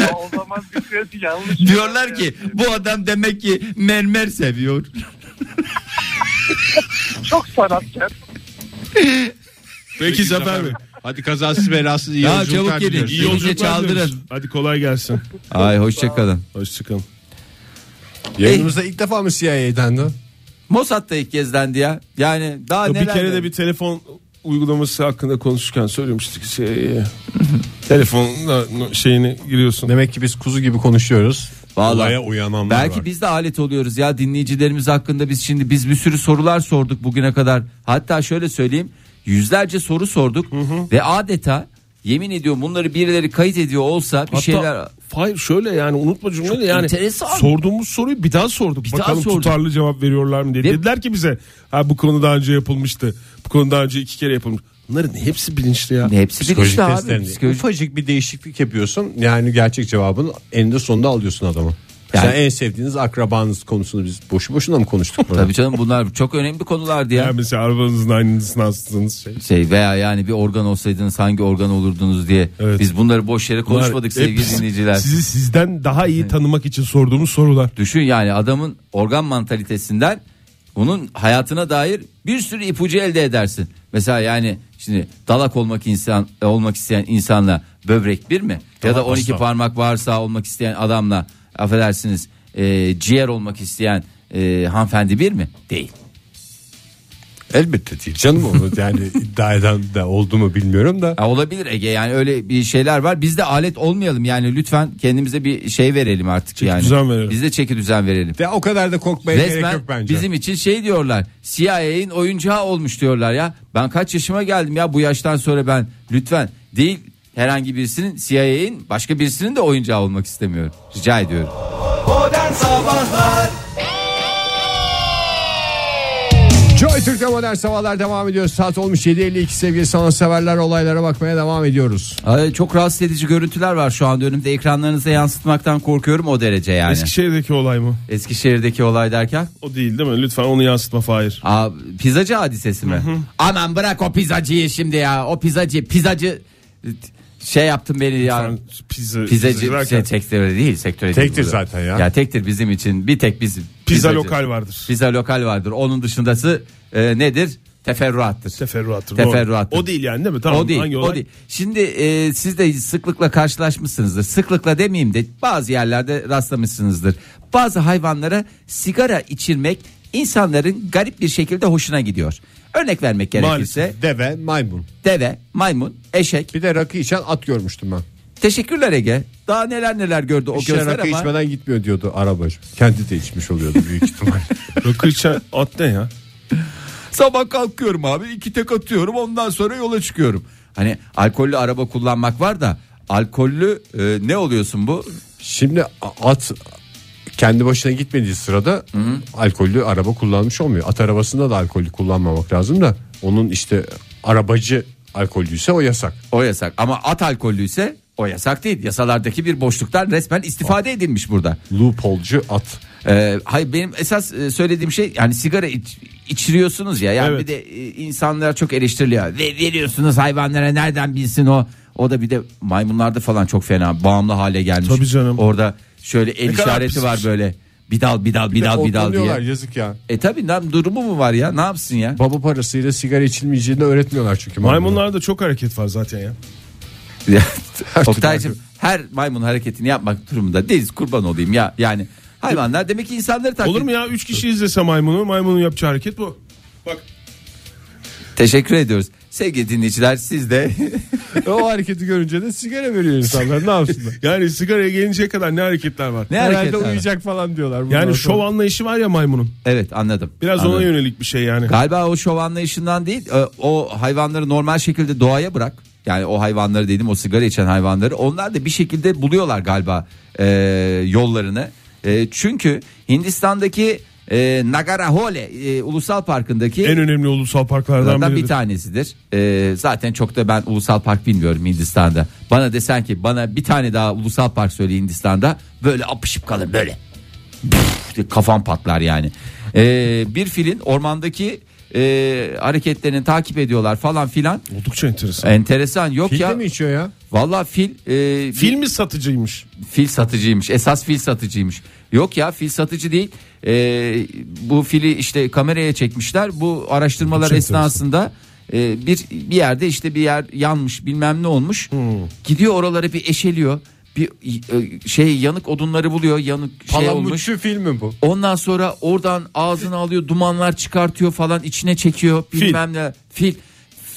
S6: Ya o zaman bir şey yanlış.
S4: Diyorlar ki bu adam demek ki mermer seviyor.
S6: Çok sanatkar.
S5: Peki Zafer Bey.
S3: Hadi kazasız belasız iyi
S4: Ya
S3: yolculuklar
S4: çabuk gelin.
S3: diliyoruz.
S5: İyi
S4: İyi
S5: yolculuklar
S4: çaldırın.
S5: diyoruz. Hadi kolay gelsin.
S4: Ay hoşçakalın.
S5: Hoşçakalın.
S3: Yayınımızda ilk defa mı CIA'den de?
S4: Mossad da ilk gezlendi ya. Yani daha
S5: Bir
S4: neler.
S5: kere de bir telefon uygulaması hakkında konuşurken söylemiştik şey. telefonla şeyini giriyorsun.
S3: Demek ki biz kuzu gibi konuşuyoruz.
S4: Vallahi.
S3: Olaya uyananlar
S4: Belki
S3: var.
S4: biz de alet oluyoruz ya dinleyicilerimiz hakkında biz şimdi biz bir sürü sorular sorduk bugüne kadar. Hatta şöyle söyleyeyim yüzlerce soru sorduk ve adeta yemin ediyorum bunları birileri kayıt ediyor olsa bir
S5: Hatta
S4: şeyler
S5: Hayır şöyle yani unutma cümleyi yani
S4: enteresan.
S5: sorduğumuz soruyu bir daha sorduk.
S4: daha
S5: Bakalım
S4: sorduk.
S5: tutarlı cevap veriyorlar mı diye.
S4: Ve-
S5: Dediler ki bize ha bu konu daha önce yapılmıştı. Bu konu daha önce iki kere yapılmış. Bunların hepsi bilinçli ya.
S4: hepsi bir
S3: Psikolojik
S4: işte abi.
S3: testlerini.
S4: Psikolojik-
S3: Ufacık bir değişiklik yapıyorsun. Yani gerçek cevabın eninde sonunda alıyorsun adamı.
S4: Yani-
S3: Sen en sevdiğiniz akrabanız konusunu biz boşu boşuna mı konuştuk burada?
S4: Tabii canım bunlar çok önemli konulardı ya.
S5: Yani mesela arabanızın aynısını astığınız şey.
S4: Şey veya yani bir organ olsaydınız hangi organ olurdunuz diye.
S5: Evet.
S4: Biz bunları boş yere konuşmadık
S5: Bunlar
S4: sevgili
S5: hepsi
S4: dinleyiciler.
S5: Sizi sizden daha iyi tanımak için sorduğumuz sorular.
S4: Düşün yani adamın organ mantalitesinden onun hayatına dair bir sürü ipucu elde edersin. Mesela yani şimdi dalak olmak insan e, olmak isteyen insanla böbrek bir mi? ya da 12
S5: asla.
S4: parmak varsa olmak isteyen adamla affedersiniz e, ciğer olmak isteyen e, hanımefendi bir mi? Değil.
S3: Elbette değil canım onu yani iddia eden de oldu mu bilmiyorum da.
S4: Ya olabilir Ege yani öyle bir şeyler var. Biz de alet olmayalım yani lütfen kendimize bir şey verelim artık yani.
S5: düzen verelim.
S4: Biz de çeki düzen verelim.
S3: De o kadar da korkmaya gerek
S4: Resmen
S3: yok bence.
S4: bizim için şey diyorlar. CIA'in oyuncağı olmuş diyorlar ya. Ben kaç yaşıma geldim ya bu yaştan sonra ben lütfen değil herhangi birisinin CIA'in başka birisinin de oyuncağı olmak istemiyorum. Rica ediyorum.
S2: Modern Sabahlar
S3: Joy Türk'te modern sabahlar devam ediyor. Saat olmuş 7.52 sevgili sanatseverler olaylara bakmaya devam ediyoruz.
S4: Ay, çok rahatsız edici görüntüler var şu anda önümde. Ekranlarınıza yansıtmaktan korkuyorum o derece yani.
S5: Eskişehir'deki olay mı?
S4: Eskişehir'deki olay derken
S5: O değil değil mi? Lütfen onu yansıtma Fahir.
S4: Aa, pizzacı hadisesi mi? Aman bırak o pizzacıyı şimdi ya. O pizzacı, pizzacı şey yaptın beni ya.
S5: Sen pizza,
S4: Pizzacı
S5: pizzacı
S4: şey,
S5: derken
S4: sektörü değil sektörü
S3: Tektir
S4: değil bu.
S3: zaten ya.
S4: Ya tektir bizim için bir tek bizim.
S5: pizza
S4: pizzacı.
S5: lokal vardır.
S4: Pizza lokal vardır. Onun dışındası e, nedir? Teferruattır.
S5: Teferruattır. doğru.
S4: Teferruattır.
S5: O değil yani değil mi? Tamam.
S4: o değil,
S5: hangi
S4: o
S5: olay?
S4: değil. Şimdi e, siz de sıklıkla karşılaşmışsınızdır. Sıklıkla demeyeyim de bazı yerlerde rastlamışsınızdır. Bazı hayvanlara sigara içirmek insanların garip bir şekilde hoşuna gidiyor. Örnek vermek gerekirse
S5: Maalesef.
S3: Deve, maymun.
S4: deve, maymun, eşek.
S3: Bir de rakı içen at görmüştüm ben.
S4: Teşekkürler Ege. Daha neler neler gördü o
S3: İşte
S4: gözler
S3: şey rakı
S4: ama.
S3: içmeden gitmiyor diyordu arabacı. Kendi de içmiş oluyordu büyük ihtimal.
S5: Rakı içen at ne ya?
S4: Sabah kalkıyorum abi iki tek atıyorum ondan sonra yola çıkıyorum. Hani alkollü araba kullanmak var da alkollü e, ne oluyorsun bu?
S3: Şimdi a- at kendi başına gitmediği sırada alkollü araba kullanmış olmuyor. At arabasında da alkollü kullanmamak lazım da onun işte arabacı alkollüyse o yasak.
S4: O yasak ama at alkollüyse o yasak değil. Yasalardaki bir boşluktan resmen istifade edilmiş burada.
S3: Loopholcu at.
S4: Ee, hayır benim esas e, söylediğim şey yani sigara iç- içiriyorsunuz ya yani
S5: Evet.
S4: bir de e, insanlar çok eleştiriliyor. Ve veriyorsunuz hayvanlara nereden bilsin o. O da bir de maymunlarda falan çok fena bağımlı hale gelmiş.
S5: Tabii canım.
S4: Orada şöyle el
S5: kadar
S4: işareti
S5: pis
S4: var
S5: pis.
S4: böyle. Bir dal bir dal bir dal bir dal
S3: Otlanıyorlar,
S4: diye.
S3: yazık ya.
S4: E tabi lan durumu mu var ya ne yapsın ya?
S3: Baba parasıyla sigara içilmeyeceğini öğretmiyorlar çünkü. maymunlara.
S5: Maymunlarda çok hareket var zaten ya.
S4: Oktay'cım her maymun hareketini yapmak durumunda değiliz kurban olayım ya. Yani hayvanlar demek ki insanları taklit
S5: Olur mu ya? Üç kişi izlese maymunu. Maymunun yapacağı hareket bu. Bak.
S4: Teşekkür ediyoruz. Sevgili dinleyiciler siz de
S3: E, o hareketi görünce de sigara veriyor insanlar ne yapsınlar.
S5: Yani sigaraya gelinceye kadar ne hareketler var?
S4: ne
S3: Herhalde
S4: hareketler var?
S3: uyuyacak falan diyorlar. bundan
S5: Yani şov
S3: sonra.
S5: anlayışı var ya maymunun.
S4: Evet anladım.
S5: Biraz
S4: Anladım.
S5: ona yönelik bir şey yani.
S4: Galiba o şov anlayışından değil e, o hayvanları normal şekilde doğaya bırak. Yani o hayvanları dedim o sigara içen hayvanları onlar da bir şekilde buluyorlar galiba e, yollarını. E, çünkü Hindistan'daki e, Nagarahole e, ulusal parkındaki
S5: En önemli ulusal parklardan
S4: Bunlardan
S5: biri.
S4: bir tanesidir. Ee, zaten çok da ben ulusal park bilmiyorum Hindistan'da. Bana desen ki bana bir tane daha ulusal park söyle Hindistan'da böyle apışıp kalır böyle. Püf diye Kafam patlar yani. Ee, bir filin ormandaki e, hareketlerini takip ediyorlar falan filan.
S5: Oldukça enteresan.
S4: Enteresan yok
S3: Fil de
S4: ya.
S3: mi içiyor ya?
S4: Valla fil e,
S5: Fil mi satıcıymış?
S4: Fil satıcıymış. Esas fil satıcıymış. Yok ya fil satıcı değil. Ee, bu fili işte kameraya çekmişler. Bu araştırmalar esnasında e, bir bir yerde işte bir yer yanmış bilmem ne olmuş. Gidiyor oraları bir eşeliyor. Bir e, şey yanık odunları buluyor. Yanık şey olmuş.
S3: Palamutçu film mi bu?
S4: Ondan sonra oradan ağzını alıyor dumanlar çıkartıyor falan içine çekiyor bilmem ne fil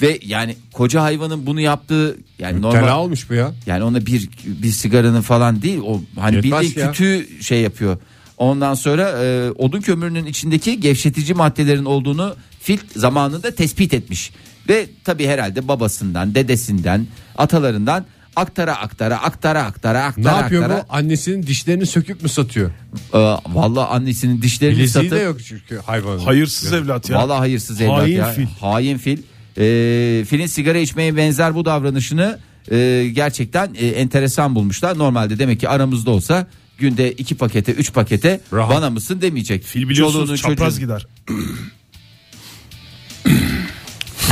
S4: ve yani koca hayvanın bunu yaptığı yani normal
S3: Tela olmuş bu ya.
S4: yani ona bir bir sigaranın falan değil o hani
S3: Yetmez
S4: bildiğin
S3: ya.
S4: kütüğü şey yapıyor. Ondan sonra e, odun kömürünün içindeki gevşetici maddelerin olduğunu fil zamanında tespit etmiş. Ve tabii herhalde babasından, dedesinden, atalarından aktara aktara aktara aktara
S3: Ne
S4: aktara
S3: yapıyor
S4: aktara.
S3: bu? Annesinin dişlerini söküp mü satıyor?
S4: Ee, vallahi annesinin dişlerini
S3: Bileziği
S4: satıp
S3: de yok çünkü hayvanın.
S5: Hayırsız evlat ya.
S4: Vallahi hayırsız evlat
S5: Hain
S4: ya.
S5: fil.
S4: Hain fil. Ee, filin sigara içmeye benzer bu davranışını e, gerçekten e, enteresan bulmuşlar. Normalde demek ki aramızda olsa günde iki pakete üç pakete
S3: Rahat.
S4: bana mısın demeyecek.
S5: Fil biliyorsunuz
S4: Çoluğunu,
S5: çapraz
S4: çocuğunu-
S5: gider.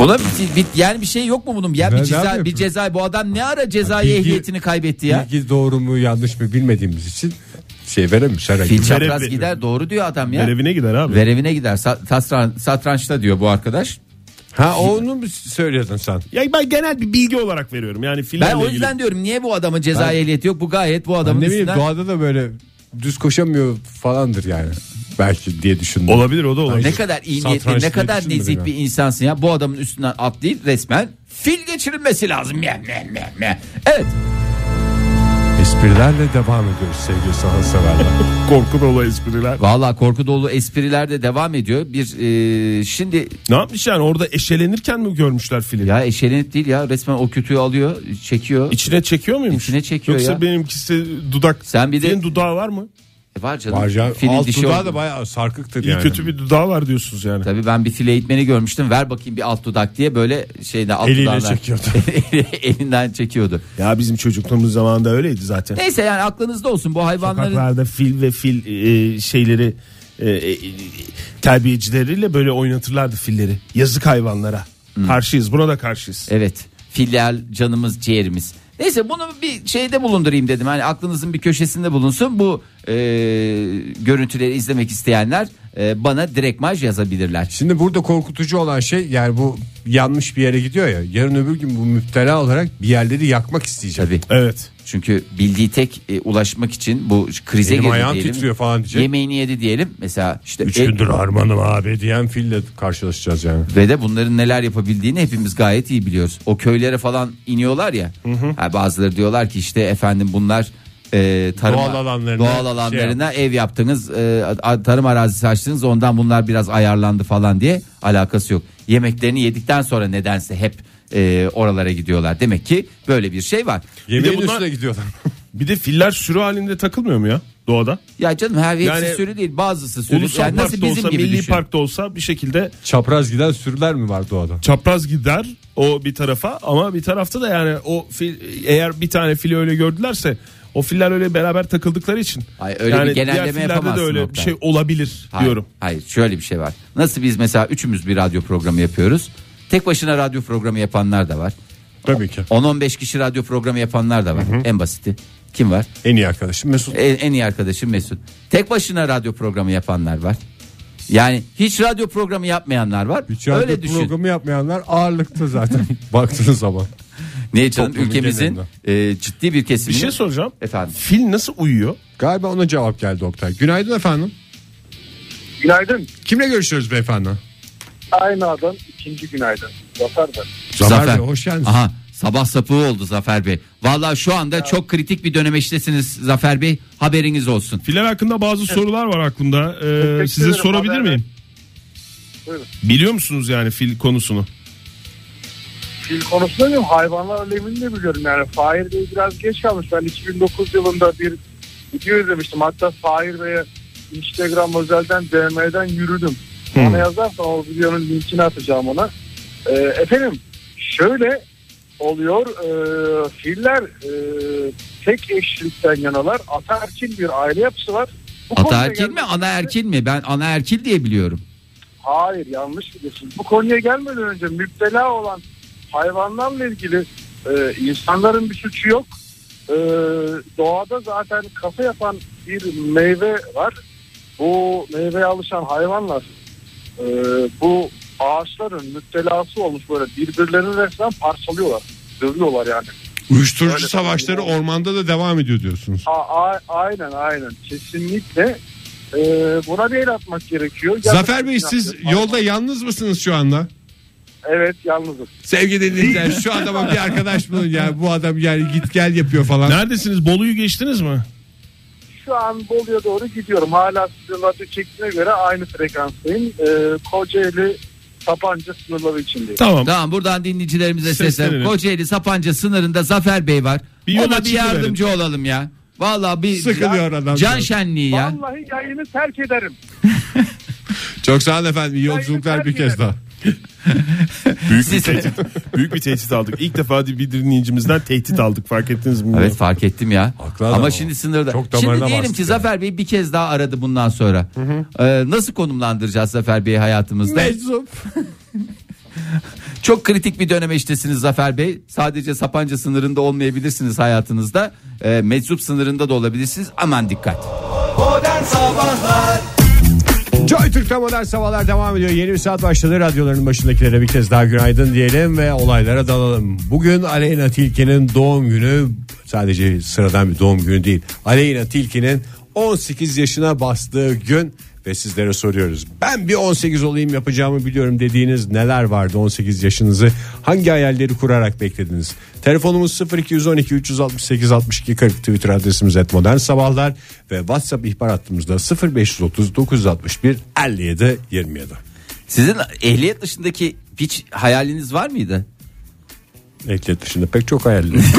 S4: Buna bir, bir, yani bir şey yok mu bunun? Ya
S3: Ne-
S4: bir
S3: ne
S4: ceza,
S3: yapıyor?
S4: bir ceza bu adam ne ara cezai
S3: Bilgi-
S4: ehliyetini kaybetti ya?
S3: Bilgi doğru mu yanlış mı bilmediğimiz için şey veremiş herhangi
S4: Fil
S3: bir.
S4: çapraz
S5: Verev-
S4: gider doğru diyor adam ya.
S5: Verevine gider abi.
S4: Verevine gider. Sa- satran- satrançta diyor bu arkadaş.
S3: Ha onu mu söylüyordun sen?
S5: Ya ben genel bir bilgi olarak veriyorum. Yani filmlerle
S4: Ben o
S5: ilgili.
S4: yüzden diyorum niye bu adamın cezai ehliyeti yok? Bu gayet bu adamın
S3: Ne bileyim
S4: üstünden
S3: doğada da böyle düz koşamıyor falandır yani. belki diye düşündüm.
S5: Olabilir o da olabilir.
S4: Ne kadar iyi
S3: Satranç
S4: niyetli, ne
S3: diye
S4: kadar
S3: düşünmedim
S4: nezih
S3: ya.
S4: bir insansın ya. Bu adamın üstünden atlayıp resmen fil geçirilmesi lazım. Meh, meh, meh, meh. Evet.
S3: Esprilerle devam ediyoruz sevgili sanatseverler.
S5: Korku dolu espriler.
S4: Vallahi korku dolu espriler de devam ediyor. Bir e, şimdi
S5: Ne yapmış yani orada eşelenirken mi görmüşler fili?
S4: ya eşelenip değil ya resmen o kötüyü alıyor, çekiyor.
S5: İçine çekiyor muymuş?
S4: İçine çekiyor
S5: Yoksa
S4: ya.
S5: benimkisi dudak.
S4: Sen bir de-
S5: Filin dudağı var mı?
S4: E, var canım.
S3: Barca,
S4: Filin
S3: alt
S4: dişi
S3: dudağı
S4: oldu.
S3: da bayağı sarkıktır
S5: İyi
S3: yani.
S5: kötü bir dudağı var diyorsunuz yani.
S4: Tabii ben bir fil eğitmeni görmüştüm. Ver bakayım bir alt dudak diye böyle şeyde alt
S3: Eliyle
S4: dudağından-
S3: çekiyordu.
S4: Elinden çekiyordu.
S5: Ya bizim çocukluğumuz zamanında öyleydi zaten.
S4: Neyse yani aklınızda olsun bu hayvanların
S5: Sokaklarda fil ve fil e, şeyleri e, e, terbiyecileriyle böyle oynatırlardı filleri. Yazık hayvanlara.
S4: Hmm.
S5: Karşıyız buna da karşıyız.
S4: Evet. Filial canımız ciğerimiz. Neyse bunu bir şeyde bulundurayım dedim. Hani aklınızın bir köşesinde bulunsun. Bu e, görüntüleri izlemek isteyenler e, bana direkmaj yazabilirler.
S3: Şimdi burada korkutucu olan şey yani bu yanmış bir yere gidiyor ya. Yarın öbür gün bu müptela olarak bir yerleri yakmak isteyecek.
S4: Tabii.
S5: Evet.
S4: Çünkü bildiği tek e, ulaşmak için bu krize
S3: Elim
S4: girdi
S3: ayağım
S4: diyelim.
S3: titriyor falan diyecek.
S4: Yemeğini yedi diyelim. Mesela işte
S3: Üç
S4: e,
S3: gündür harmanım abi diyen fille karşılaşacağız yani.
S4: ve de bunların neler yapabildiğini hepimiz gayet iyi biliyoruz. O köylere falan iniyorlar ya. Ha, bazıları diyorlar ki işte efendim bunlar e, tarım
S3: Doğal alanlarına
S5: şey
S4: doğal alanlarına ev yaptınız, e, a- tarım arazisi açtınız. Ondan bunlar biraz ayarlandı falan diye alakası yok. Yemeklerini yedikten sonra nedense hep e, oralara gidiyorlar. Demek ki böyle bir şey var.
S3: Yemeğin
S5: bunlar-
S3: üstüne gidiyorlar.
S5: Bir de filler sürü halinde takılmıyor mu ya doğada?
S4: Ya canım her hepsi
S5: Yani
S4: sürü değil, bazısı sürü.
S5: Ulusal
S4: Yani nasıl
S5: parkta
S4: bizim
S5: olsa
S4: gibi
S5: milli
S4: düşün.
S5: parkta olsa bir şekilde
S3: Çapraz giden sürüler mi var doğada?
S5: çapraz gider o bir tarafa ama bir tarafta da yani o fil eğer bir tane fili öyle gördülerse o filler öyle beraber takıldıkları için.
S4: Ay, öyle bir
S5: yani
S4: genelleme
S5: diğer fillerde
S4: yapamazsın
S5: de öyle bir
S4: Oktay.
S5: şey olabilir
S4: Hayır,
S5: diyorum.
S4: Hayır şöyle bir şey var. Nasıl biz mesela üçümüz bir radyo programı yapıyoruz. Tek başına radyo programı yapanlar da var.
S3: Tabii ki.
S4: 10-15 kişi radyo programı yapanlar da var. En basiti. Kim var?
S3: En iyi arkadaşım Mesut.
S4: En, en iyi arkadaşım Mesut. Tek başına radyo programı yapanlar var. Yani hiç radyo programı yapmayanlar var.
S3: Hiç
S4: Öyle düşün.
S3: programı yapmayanlar ağırlıkta zaten baktığınız zaman.
S4: Ne canım
S3: Toplumun
S4: ülkemizin e, ciddi bir
S5: Bir
S4: kesimini.
S5: şey soracağım.
S4: Efendim.
S5: Fil nasıl uyuyor?
S3: Galiba ona cevap geldi Oktay. Günaydın efendim.
S6: Günaydın.
S3: Kimle görüşüyoruz beyefendi?
S6: Aynı adam ikinci günaydın. Zafer ben.
S3: Zafer Bey, Ah. hoş geldiniz.
S4: Aha sabah sapığı oldu Zafer Bey. Vallahi şu anda çok kritik bir dönemeçtesiniz Zafer Bey. Haberiniz olsun.
S5: Filler hakkında bazı sorular var aklımda. Ee,
S6: ederim,
S5: size sorabilir
S6: haber
S5: miyim?
S6: Buyurun.
S5: Biliyor musunuz yani fil konusunu?
S6: Fil konusunda mıyım? Hayvanlar alemini de biliyorum. Yani Fahir Bey biraz geç kalmış. Ben 2009 yılında bir video izlemiştim. Hatta Fahir Bey'e Instagram özelden DM'den yürüdüm. Bana yazarsa o videonun linkini atacağım ona. Ee, efendim şöyle oluyor. Ee, filler e, tek eşlikten yanalar. Ataerkil bir aile yapısı var. Bu konuya
S4: Ataerkil mi
S6: gelmeden önce-
S4: anaerkil mi? Ben anaerkil diye biliyorum.
S6: Hayır yanlış biliyorsun. Bu konuya gelmeden önce müptela olan hayvanlarla ilgili e, insanların bir suçu yok. E, doğada zaten kafa yapan bir meyve var. Bu meyveye alışan hayvanlar e, bu ağaçların müptelası olmuş böyle birbirlerini resmen parçalıyorlar. Dövüyorlar yani.
S3: Uyuşturucu
S6: Öyle.
S3: savaşları ormanda da devam ediyor diyorsunuz.
S6: A, a- aynen aynen kesinlikle e, buna bir el atmak gerekiyor.
S3: Zafer Bey siz
S6: Yapıyorum.
S3: yolda yalnız mısınız şu anda?
S6: Evet yalnızım.
S3: Sevgili dinleyiciler şu adama bir arkadaş bulun ya. Bu adam yani git gel yapıyor falan.
S5: Neredesiniz? Bolu'yu geçtiniz mi?
S6: Şu an Bolu'ya doğru gidiyorum. Hala sizin radyo çektiğine göre aynı frekanstayım. Ee, Kocaeli Sapanca sınırları içindeyim.
S5: Tamam.
S4: Tamam buradan dinleyicilerimize seslenelim.
S5: Seslenelim.
S4: Kocaeli Sapanca sınırında Zafer Bey var.
S5: Bir yola
S4: Ona bir
S5: çıkıverin.
S4: yardımcı olalım ya. Vallahi bir
S3: Sıkılıyor adam.
S4: can şenliği ya.
S6: Vallahi yayını terk ederim.
S3: Çok sağ olun efendim. İyi yolculuklar bir kez daha.
S5: Büyük bir
S4: Siz-
S5: tehdit. büyük bir tehdit aldık. İlk defa bir dinleyicimizden tehdit aldık. Fark ettiniz mi?
S4: Evet fark ettim ya.
S3: Haklı adam
S4: Ama
S3: ama.
S4: şimdi sınırda.
S3: Çok
S4: şimdi
S3: damarına
S4: diyelim
S3: bastı
S4: ki
S3: yani.
S4: Zafer Bey bir kez daha aradı bundan sonra. Ee, nasıl konumlandıracağız Zafer Bey'i hayatımızda? Çok kritik bir döneme iştesiniz Zafer Bey. Sadece Sapanca sınırında olmayabilirsiniz hayatınızda. Ee, meczup sınırında da olabilirsiniz. Aman dikkat.
S2: Modern Sabahlar
S3: Joy Türk'te modern sabahlar devam ediyor. Yeni bir saat başladı. Radyoların başındakilere bir kez daha günaydın diyelim ve olaylara dalalım. Bugün Aleyna Tilki'nin doğum günü sadece sıradan bir doğum günü değil. Aleyna Tilki'nin 18 yaşına bastığı gün ve sizlere soruyoruz. Ben bir 18 olayım yapacağımı biliyorum dediğiniz neler vardı 18 yaşınızı hangi hayalleri kurarak beklediniz? Telefonumuz 0212 368 62 40 Twitter adresimiz et sabahlar ve WhatsApp ihbar hattımızda 0530 961 57 27.
S4: Sizin ehliyet dışındaki hiç hayaliniz var mıydı?
S3: Ehliyet dışında pek çok hayaller.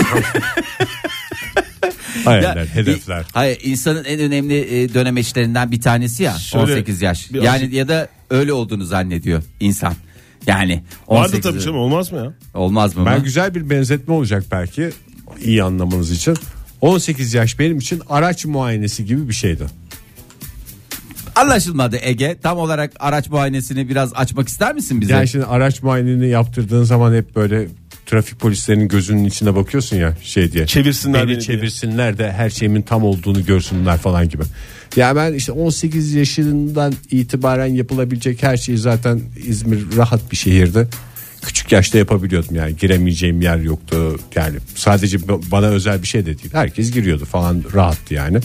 S3: Hayaller,
S4: Ya,
S3: hedefler.
S4: i- hayır insanın en önemli e, dönemeçlerinden bir tanesi ya
S5: Şöyle
S4: 18 yaş.
S5: bir
S4: Yani
S5: açık-
S4: ya da öyle olduğunu zannediyor insan. Yani 18
S5: Vardı tabii canım olmaz mı ya?
S4: Olmaz mı?
S3: Ben
S4: Ben
S3: güzel bir benzetme olacak belki iyi anlamanız için. 18 yaş benim için araç muayenesi gibi bir şeydi.
S4: Anlaşılmadı Ege. Tam olarak araç muayenesini biraz açmak ister misin bize?
S3: Yani şimdi araç muayeneni yaptırdığın zaman hep böyle trafik polislerinin gözünün içine bakıyorsun ya şey diye.
S5: Çevirsinler
S3: beni,
S5: beni diye.
S3: çevirsinler de her şeyimin tam olduğunu görsünler falan gibi. Ya ben işte 18 yaşından itibaren yapılabilecek her şeyi zaten İzmir rahat bir şehirdi. Küçük yaşta yapabiliyordum yani giremeyeceğim yer yoktu. Yani sadece b- bana özel bir şey de değil. Herkes giriyordu falan rahattı yani.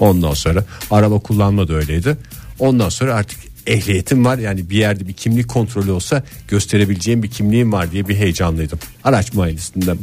S3: Ondan sonra araba kullanma da öyleydi. Ondan sonra artık ehliyetim var yani bir yerde bir kimlik kontrolü olsa gösterebileceğim bir kimliğim var diye bir heyecanlıydım. Araç muayenesinden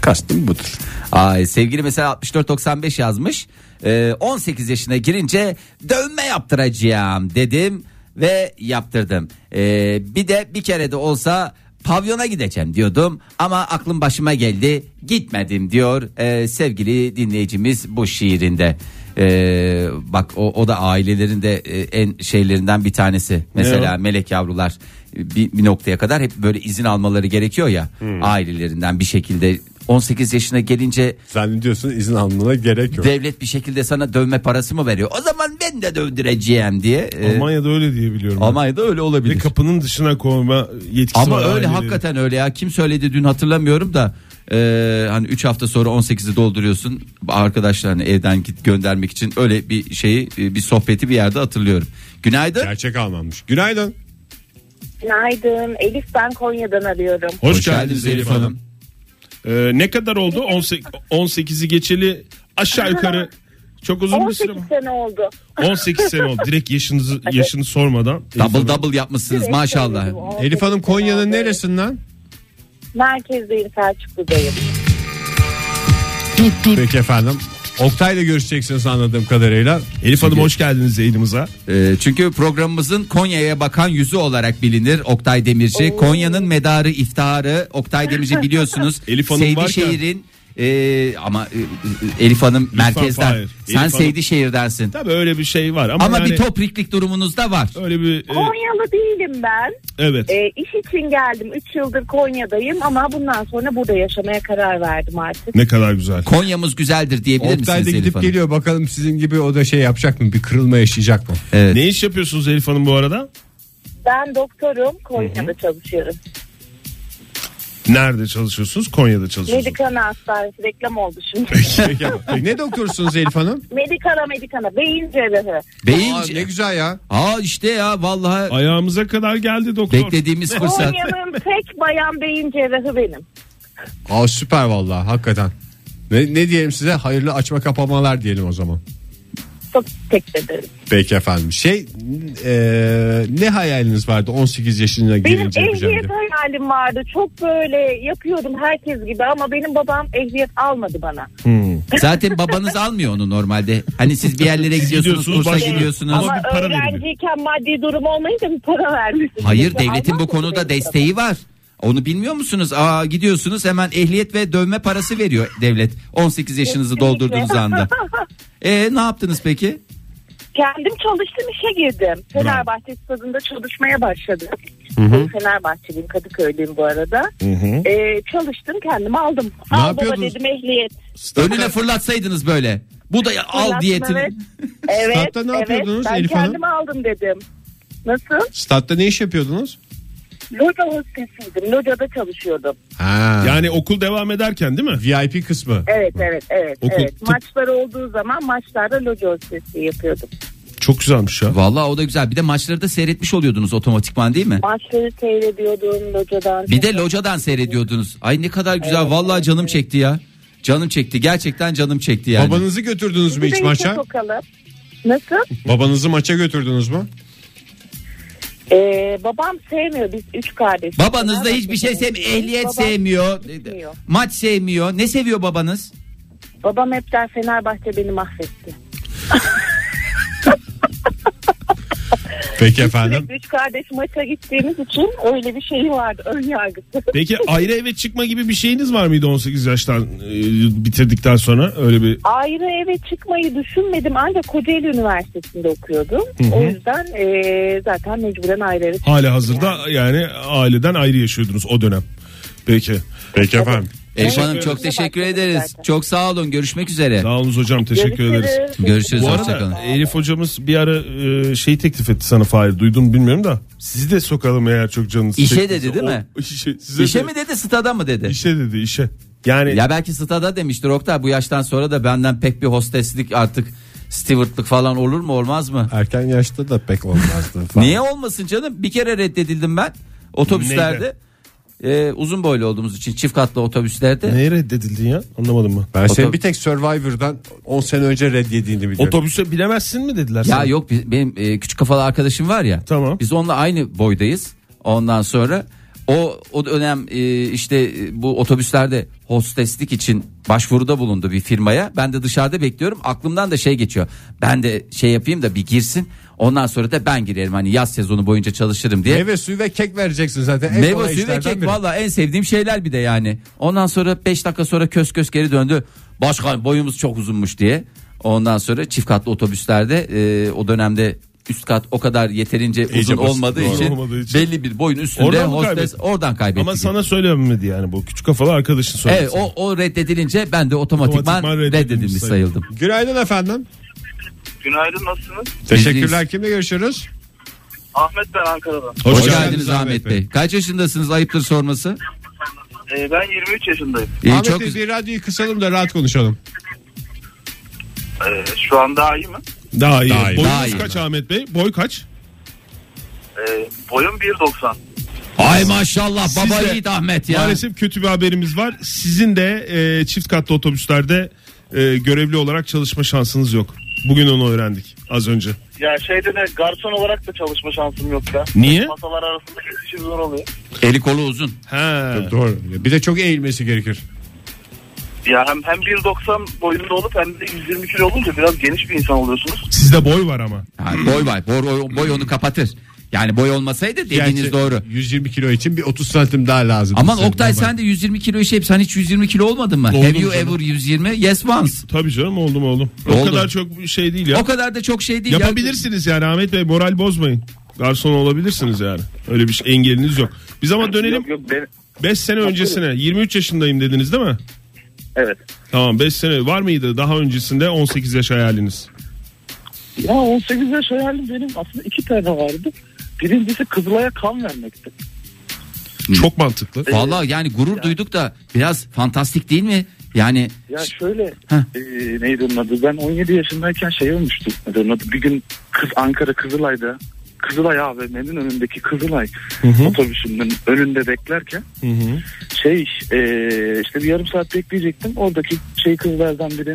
S3: kastım budur.
S4: Ay sevgili mesela 6495 yazmış. Ee, 18 yaşına girince dövme yaptıracağım dedim ve yaptırdım. Ee, bir de bir kere de olsa pavyona gideceğim diyordum ama aklım başıma geldi gitmedim diyor ee, sevgili dinleyicimiz bu şiirinde. Ee, bak o, o da ailelerin de e, en şeylerinden bir tanesi. Mesela melek yavrular e, bir, bir noktaya kadar hep böyle izin almaları gerekiyor ya ailelerinden bir şekilde 18 yaşına gelince
S3: Zannediyorsun izin almana gerek yok.
S4: devlet bir şekilde sana dövme parası mı veriyor? O zaman ben de dövdüreceğim diye. Ee,
S5: Almanya'da öyle diye biliyorum. ben.
S4: Almanya'da öyle olabilir.
S5: Ve kapının dışına koyma yetkisi
S4: Ama
S5: var
S4: öyle
S5: ailelerin.
S4: hakikaten öyle ya. Kim söyledi dün hatırlamıyorum da. e, hani 3 hafta sonra 18'i dolduruyorsun. Arkadaşlarını evden git göndermek için öyle bir şeyi e, bir sohbeti bir yerde hatırlıyorum. Günaydın.
S3: Gerçek almamış. Günaydın.
S7: Günaydın. Elif ben Konya'dan arıyorum.
S5: Hoş,
S4: geldiniz Elif Hanım.
S5: Ee, ne kadar oldu? 18, 18'i geçeli aşağı yukarı çok uzun bir süre
S7: 18
S5: mi?
S7: sene oldu.
S5: 18 sene oldu. Direkt yaşınızı yaşını sormadan.
S4: Double double yapmışsınız
S7: Evet,
S4: maşallah.
S7: söyledim, 18
S3: Elif Hanım
S7: sene oldu.
S3: Konya'nın neresinden?
S7: Merkezdeyim Selçuklu'dayım.
S3: Peki efendim. Oktay'la görüşeceksiniz anladığım kadarıyla.
S5: Elif Hanım hoş geldiniz yayınımıza.
S4: Ee, çünkü programımızın Konya'ya bakan yüzü olarak bilinir Oktay Demirci. Konya'nın medarı, iftiharı Oktay Demirci biliyorsunuz.
S5: Elif Hanım varken-
S4: Seydişehir'in e, ama e, Elif Hanım merkezden.
S5: Fahir,
S4: Sen
S5: Elif Hanım.
S4: Seydişehir'densin.
S5: Tabii öyle bir şey var ama,
S4: Ama
S5: yani
S4: bir topriklik durumunuz da var.
S5: öyle
S3: Ee,
S5: bir e,
S7: Konyalı değilim ben.
S5: evet.
S7: Ee, iş için geldim. 3 yıldır Konya'dayım ama bundan sonra burada yaşamaya karar verdim artık.
S5: Ne kadar güzel.
S4: Konya'mız güzeldir diyebilir
S3: Oktay da
S4: misiniz Elif
S3: gidip
S4: Hanım?
S3: geliyor bakalım sizin gibi o da şey yapacak mı? Bir kırılma yaşayacak mı?
S4: Evet.
S5: Ne iş yapıyorsunuz Elif Hanım bu arada?
S7: Ben doktorum. Konya'da çalışıyorum.
S5: Nerede çalışıyorsunuz? Konya'da çalışıyorsunuz.
S7: Medikana Hastanesi reklam oldu şimdi.
S3: Peki ama. Peki ne doktorsunuz Elif Hanım?
S7: Medikana Medikana. Beyin cerrahı.
S4: Beyin...
S3: Aa, ne
S4: Aa,
S3: güzel ya.
S4: işte ya vallahi
S5: Ayağımıza kadar geldi doktor.
S4: beklediğimiz fırsat.
S7: Konya'nın tek bayan beyin cerrahı benim.
S3: Aa süper vallahi hakikaten. Ne, ne diyelim size? Hayırlı açma kapamalar diyelim o zaman.
S7: Çok teşekkür ederim.
S3: Peki efendim. Şey e, ne hayaliniz vardı 18 yaşına
S7: Benim
S3: gelince yapacağım
S7: ehliyet
S3: diye?
S7: hayalim vardı. Çok böyle yapıyordum herkes gibi ama benim babam ehliyet almadı bana.
S4: Zaten babanız almıyor onu normalde. Hani siz bir yerlere gidiyorsunuz,
S5: Gidiyorsunuz,
S4: kursa
S5: başka-
S4: gidiyorsunuz.
S5: Ama
S7: Ama,
S5: bir para veriliyor.
S7: öğrenciyken maddi durum olmayınca bir para vermiştim.
S4: Hayır
S7: Şimdi
S4: devletin bu
S7: almaz mı
S4: konuda
S7: benim
S4: desteği var. Onu bilmiyor musunuz? Aa gidiyorsunuz hemen ehliyet ve dövme parası veriyor devlet. 18 yaşınızı
S7: Kesinlikle.
S4: doldurduğunuz anda. E ne yaptınız peki?
S7: paramı? Kendim çalıştım işe girdim. Fenerbahçe stadında çalışmaya başladım. Ben Fenerbahçeliyim Kadıköylüyüm bu arada. Ee, çalıştım kendimi aldım.
S3: Ne
S7: Al baba
S3: yapıyordunuz?
S7: dedim ehliyet.
S4: Önüne fırlatsaydınız böyle. Bu da al
S7: Fırlattım,
S4: diyetini.
S7: Evet. evet
S3: Statta ne
S7: evet.
S3: yapıyordunuz
S7: ben
S3: Elif Hanım?
S7: kendimi aldım dedim. Nasıl?
S3: Statta ne iş yapıyordunuz?
S7: Loca hostesiydim. Locada çalışıyordum.
S3: Ha. Yani
S5: Yani okul devam ederken değil mi?
S3: VIP kısmı.
S7: Evet evet evet.
S5: Okul-
S7: evet. Maçlar olduğu zaman maçlarda loca hostesliği yapıyordum.
S5: Çok güzelmiş ya.
S4: Vallahi o da güzel. Bir de maçları da seyretmiş oluyordunuz otomatikman değil mi?
S7: Maçları seyrediyordum locadan.
S4: Bir de locadan seyrediyordunuz. Ay ne kadar güzel. Vallahi canım çekti ya. Canım çekti. Gerçekten canım çekti yani.
S3: Babanızı götürdünüz mü
S7: Bir de
S3: hiç
S7: işe
S3: maça?
S7: sokalım. Nasıl?
S3: Babanızı maça götürdünüz mü?
S7: Ee, babam sevmiyor biz üç kardeş.
S4: Babanız da hiçbir şey sevmiyor. Ehliyet
S7: Babam-
S4: sevmiyor.
S7: sevmiyor.
S4: Maç sevmiyor. Ne seviyor babanız?
S7: Babam hep der Fenerbahçe beni mahvetti.
S3: Peki efendim.
S7: Sürekli üç kardeş maça gittiğimiz için öyle bir şey vardı ön yargısı.
S5: Peki ayrı eve çıkma gibi bir şeyiniz var mıydı 18 yaştan e, bitirdikten sonra öyle bir
S7: Ayrı eve çıkmayı düşünmedim ancak Kocaeli Üniversitesi'nde okuyordum. O yüzden ee, zaten mecburen ayrı eve çıktım.
S5: hali hazırda yani aileden ayrı yaşıyordunuz o dönem. Peki.
S3: Peki efendim.
S4: Elif
S7: Evet,
S4: Hanım çok
S7: evet.
S4: teşekkür ederiz.
S7: Zaten.
S4: Çok sağ olun. Görüşmek üzere.
S5: Sağ olun hocam teşekkür ederiz.
S4: Görüşürüz.
S5: Bu
S4: Hoşçakalın.
S5: arada Elif hocamız bir ara e, şey teklif etti sana Fahir. Duydun mu bilmiyorum da. Sizi de sokalım eğer çok canınız
S4: İşe
S5: çektiyse.
S4: dedi değil mi?
S5: O, işe, size
S4: İşe
S5: de-
S4: mi dedi stada mı dedi?
S5: İşe dedi işe. Yani
S4: Ya belki stada demiştir Oktay. Bu yaştan sonra da benden pek bir hosteslik artık stewardlık falan olur mu olmaz mı?
S3: Erken yaşta da pek olmazdı. falan.
S4: Niye olmasın canım? Bir kere reddedildim ben otobüslerde. Ee, uzun boylu olduğumuz için çift katlı otobüslerde.
S5: neye reddedildin ya anlamadım ben.
S3: Ben senin
S4: Otob-
S3: bir tek Survivor'dan 10 sene önce red yediğini biliyorum.
S5: Otobüse bilemezsin mi dediler
S4: Ya yok biz- benim e, küçük kafalı arkadaşım var ya.
S5: Tamam.
S4: Biz onunla aynı boydayız. Ondan sonra o o dönem e, işte e, bu otobüslerde hosteslik için başvuruda bulundu bir firmaya. Ben de dışarıda bekliyorum. Aklımdan da şey geçiyor. Ben de şey yapayım da bir girsin. Ondan sonra da ben girerim hani yaz sezonu boyunca çalışırım diye.
S3: Meyve suyu ve kek vereceksin zaten. En
S4: Meyve
S3: kolay
S4: suyu ve
S3: işlerden
S4: kek
S3: biri.
S4: valla en sevdiğim şeyler bir de yani. Ondan sonra 5 dakika sonra kös kös geri döndü. Başkan boyumuz çok uzunmuş diye. Ondan sonra çift katlı otobüslerde e, o dönemde üst kat o kadar yeterince uzun
S5: basitli,
S4: olmadığı
S5: doğru.
S4: için,
S5: Olmadığı için.
S4: belli bir boyun üstünde
S5: Oradan mı
S4: hostes
S5: kaybettin?
S4: oradan kaybetti.
S5: Ama sana söylememedi yani bu küçük kafalı arkadaşın söyledi.
S4: Evet E, o, o reddedilince ben de otomatikman,
S5: Otomatikman reddedilmiş
S4: reddedilmiş sayıldım.
S3: Günaydın efendim.
S6: Günaydın nasılsınız?
S3: Teşekkürler. Kimle görüşürüz?
S6: Ahmet ben Ankara'dan.
S4: Hoş, geldiniz Ahmet Bey. Kaç yaşındasınız ayıptır sorması?
S6: Ee, ben 23 yaşındayım.
S4: İyi,
S3: Ahmet
S4: çok
S3: Bey
S4: güzel.
S3: bir radyoyu kısalım da rahat konuşalım.
S6: Ee, şu an daha iyi mi?
S5: Daha iyi.
S3: Daha iyi.
S5: Boyunuz
S4: Daha iyi.
S5: kaç Ahmet Bey? Boy kaç?
S6: Ee, boyum 1.90.
S4: Ay maşallah
S5: Siz
S4: baba
S5: de-
S4: yiğit Ahmet ya.
S5: Maalesef kötü bir haberimiz var. Sizin de e, çift katlı otobüslerde e, görevli olarak çalışma şansınız yok. Bugün onu öğrendik az önce.
S6: Ya şeyde ne garson olarak da çalışma şansım yok ya.
S5: Niye?
S6: Masalar arasında geçişim zor oluyor.
S4: Eli kolu uzun.
S5: He.
S3: Doğru. Bir de çok eğilmesi gerekir.
S6: Ya hem, hem 1.90 boyunda olup hem de 120 kilo olunca biraz geniş bir insan oluyorsunuz.
S5: Sizde boy var ama.
S4: Ha, boy var. Boy, boy, boy onu kapatır. Yani boy olmasaydı dediğiniz
S3: Gerçi
S4: doğru.
S3: 120 kilo için bir 30 santim daha lazım.
S4: Aman
S3: Sen
S4: Oktay
S3: normal.
S4: sen de 120 kilo iş sen hiç 120 kilo olmadın mı?
S5: Oldum
S4: Have you
S5: canım.
S4: ever 120? Yes once.
S5: Tabii canım oldum oldum. O
S4: Oldu.
S5: kadar çok şey değil ya.
S4: O kadar da çok şey değil. ya.
S5: Yapabilirsiniz yani Ahmet Bey moral bozmayın. Garson olabilirsiniz yani. Öyle bir şey, engeliniz yok. Biz ama dönelim
S6: Yok, yok, ben,
S5: 5 sene öncesine. 23 yaşındayım dediniz değil mi?
S6: evet.
S5: Tamam 5 sene var mıydı daha öncesinde 18 yaş hayaliniz?
S6: Ya 18 yaş hayalim benim aslında iki tane vardı. Birincisi Kızılay'a kan vermekti.
S5: Çok mantıklı.
S4: Vallahi yani gurur duyduk da biraz fantastik değil mi? Yani
S6: Ya şöyle
S4: Heh.
S6: e, neydi onun adı ben 17 yaşındayken şey olmuştu. Neydi onun adı? Bir gün kız Ankara Kızılay'da Kızılay AVM'nin önündeki Kızılay otobüsünün önünde beklerken şey e, işte bir yarım saat bekleyecektim. Oradaki şey kızlardan biri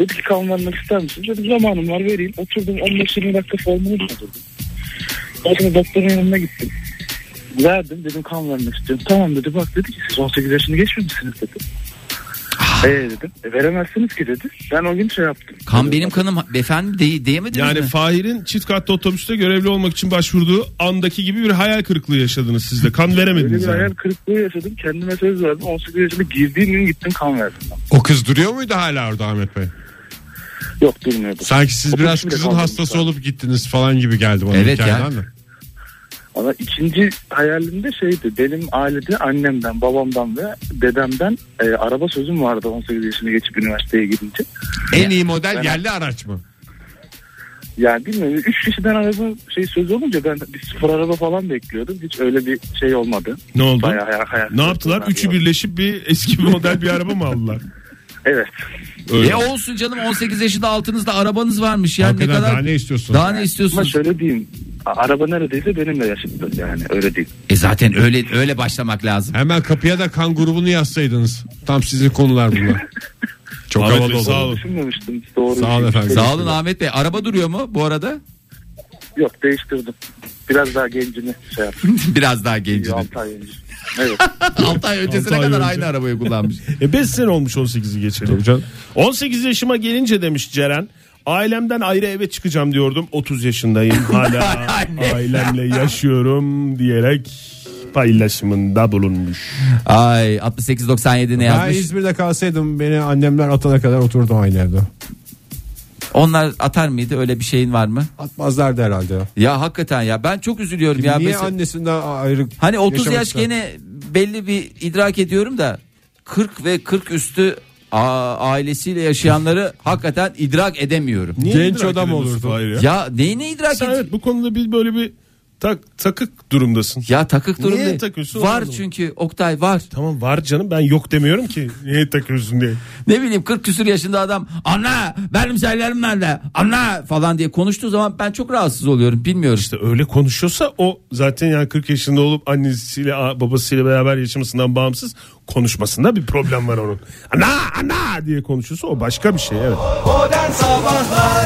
S6: dedi ki kan vermek ister misin? Dedim zamanım var vereyim. Oturdum 15-20 dakika formunu doldurdum. Sonra doktorun yanına gittim. Verdim dedim kan vermek istiyorum. Tamam dedi bak dedi ki siz 18 yaşını geçmemişsiniz dedi. Ee dedim. E, veremezsiniz ki dedi. Ben o gün şey yaptım.
S4: Ah. kan
S6: Dedim,
S4: benim kanım efendim diye, diyemediniz
S5: Yani
S4: mi?
S5: Fahir'in çift katlı otobüste görevli olmak için başvurduğu andaki gibi bir hayal kırıklığı yaşadınız siz de. Kan
S6: Öyle bir
S5: veremediniz yani.
S6: hayal kırıklığı yaşadım. Kendime söz verdim. 18 yaşında girdiğim gün gittim kan verdim. ben.
S3: O kız duruyor muydu hala orada Ahmet Bey?
S6: Yok durmuyordu.
S3: Sanki siz
S6: Otuz
S3: biraz
S6: bile
S3: kızın
S6: kaldım
S3: hastası
S6: zaten.
S3: olup gittiniz falan gibi geldi bana
S4: Evet ya.
S3: hikayeden de.
S6: Ama ikinci hayalim de şeydi. Benim ailede annemden, babamdan ve dedemden e, araba sözüm vardı 18 yaşını geçip üniversiteye gidince.
S4: E,
S3: En iyi model
S6: Ben-
S3: yerli araç mı?
S6: Yani bilmiyorum. Üç kişiden araba şey söz olunca ben bir sıfır araba falan bekliyordum. Hiç öyle bir şey olmadı.
S5: Ne oldu?
S6: Bayağı hayal, hayal
S5: Ne yaptılar? Üçü
S6: kırıklığından
S5: birleşip bir eski bir model bir araba mı aldılar?
S6: Evet.
S5: Öyle.
S4: E olsun canım 18 yaşında altınızda arabanız varmış ya ne
S3: Hakikaten
S4: kadar
S3: daha ne istiyorsun?
S4: daha ne
S6: Ama
S4: istiyorsunuz?
S6: şöyle diyeyim. a- Araba neredeyse benimle yaşıttı yani öyle değil.
S4: E zaten öyle öyle başlamak lazım.
S3: Hemen kapıya da kan grubunu yazsaydınız. Tam sizin konular bunlar. Çok
S5: Ahmet
S3: havalı
S5: Bey, sağ
S3: oldu.
S5: olun.
S6: Düşünmemiştim doğru. şey
S3: Sağ olun efendim.
S4: Sağ olun Ahmet Bey. Araba duruyor mu bu arada?
S6: Yok değiştirdim. Biraz daha gencini şey yaptım.
S4: Biraz daha gencini.
S6: 6 ay önce. Evet.
S4: 6 ay öncesine
S5: Altı ay
S4: kadar
S5: önce.
S4: aynı arabayı kullanmış.
S5: E 5 sene olmuş 18'i geçelim. 18 yaşıma gelince demiş Ceren. Ailemden ayrı eve çıkacağım diyordum. 30 yaşındayım hala ailemle yaşıyorum diyerek paylaşımında bulunmuş.
S4: Ay 68-97 ne
S3: Ben
S4: yazmış?
S3: İzmir'de kalsaydım beni annemler atana kadar oturdum aynı evde.
S4: Onlar atar mıydı? Öyle bir şeyin var mı?
S3: Atmazlardı herhalde. ya.
S4: Ya hakikaten ya ben çok üzülüyorum ya.
S3: Niye
S4: Mesela-
S3: annesinden ayrı
S4: Hani 30
S3: yaşamak
S4: yaş
S3: ister?
S4: gene belli bir idrak ediyorum da 40 ve 40 üstü a- ailesiyle yaşayanları hakikaten idrak edemiyorum.
S5: Niye
S3: Genç
S5: idrak
S3: adam
S5: edemiyorsun
S3: olurdu.
S5: Fahir ya?
S4: Ya neyini idrak
S5: Sen
S4: et?
S5: evet bu konuda bir böyle bir tak, takık durumdasın.
S4: Ya takık
S5: Niye
S4: durumda.
S5: takıyorsun
S4: Var
S5: oğlum?
S4: çünkü Oktay var.
S5: Tamam var canım ben yok demiyorum ki. Niye takıyorsun diye.
S4: Ne bileyim 40 küsur yaşında adam anne benim şeylerim nerede anne falan diye konuştuğu zaman ben çok rahatsız oluyorum bilmiyorum.
S5: İşte öyle konuşuyorsa o zaten yani 40 yaşında olup annesiyle a- babasıyla beraber yaşamasından bağımsız konuşmasında bir problem var onun. Ana ana diye konuşuyorsa o başka bir şey evet.
S2: Modern Sabahlar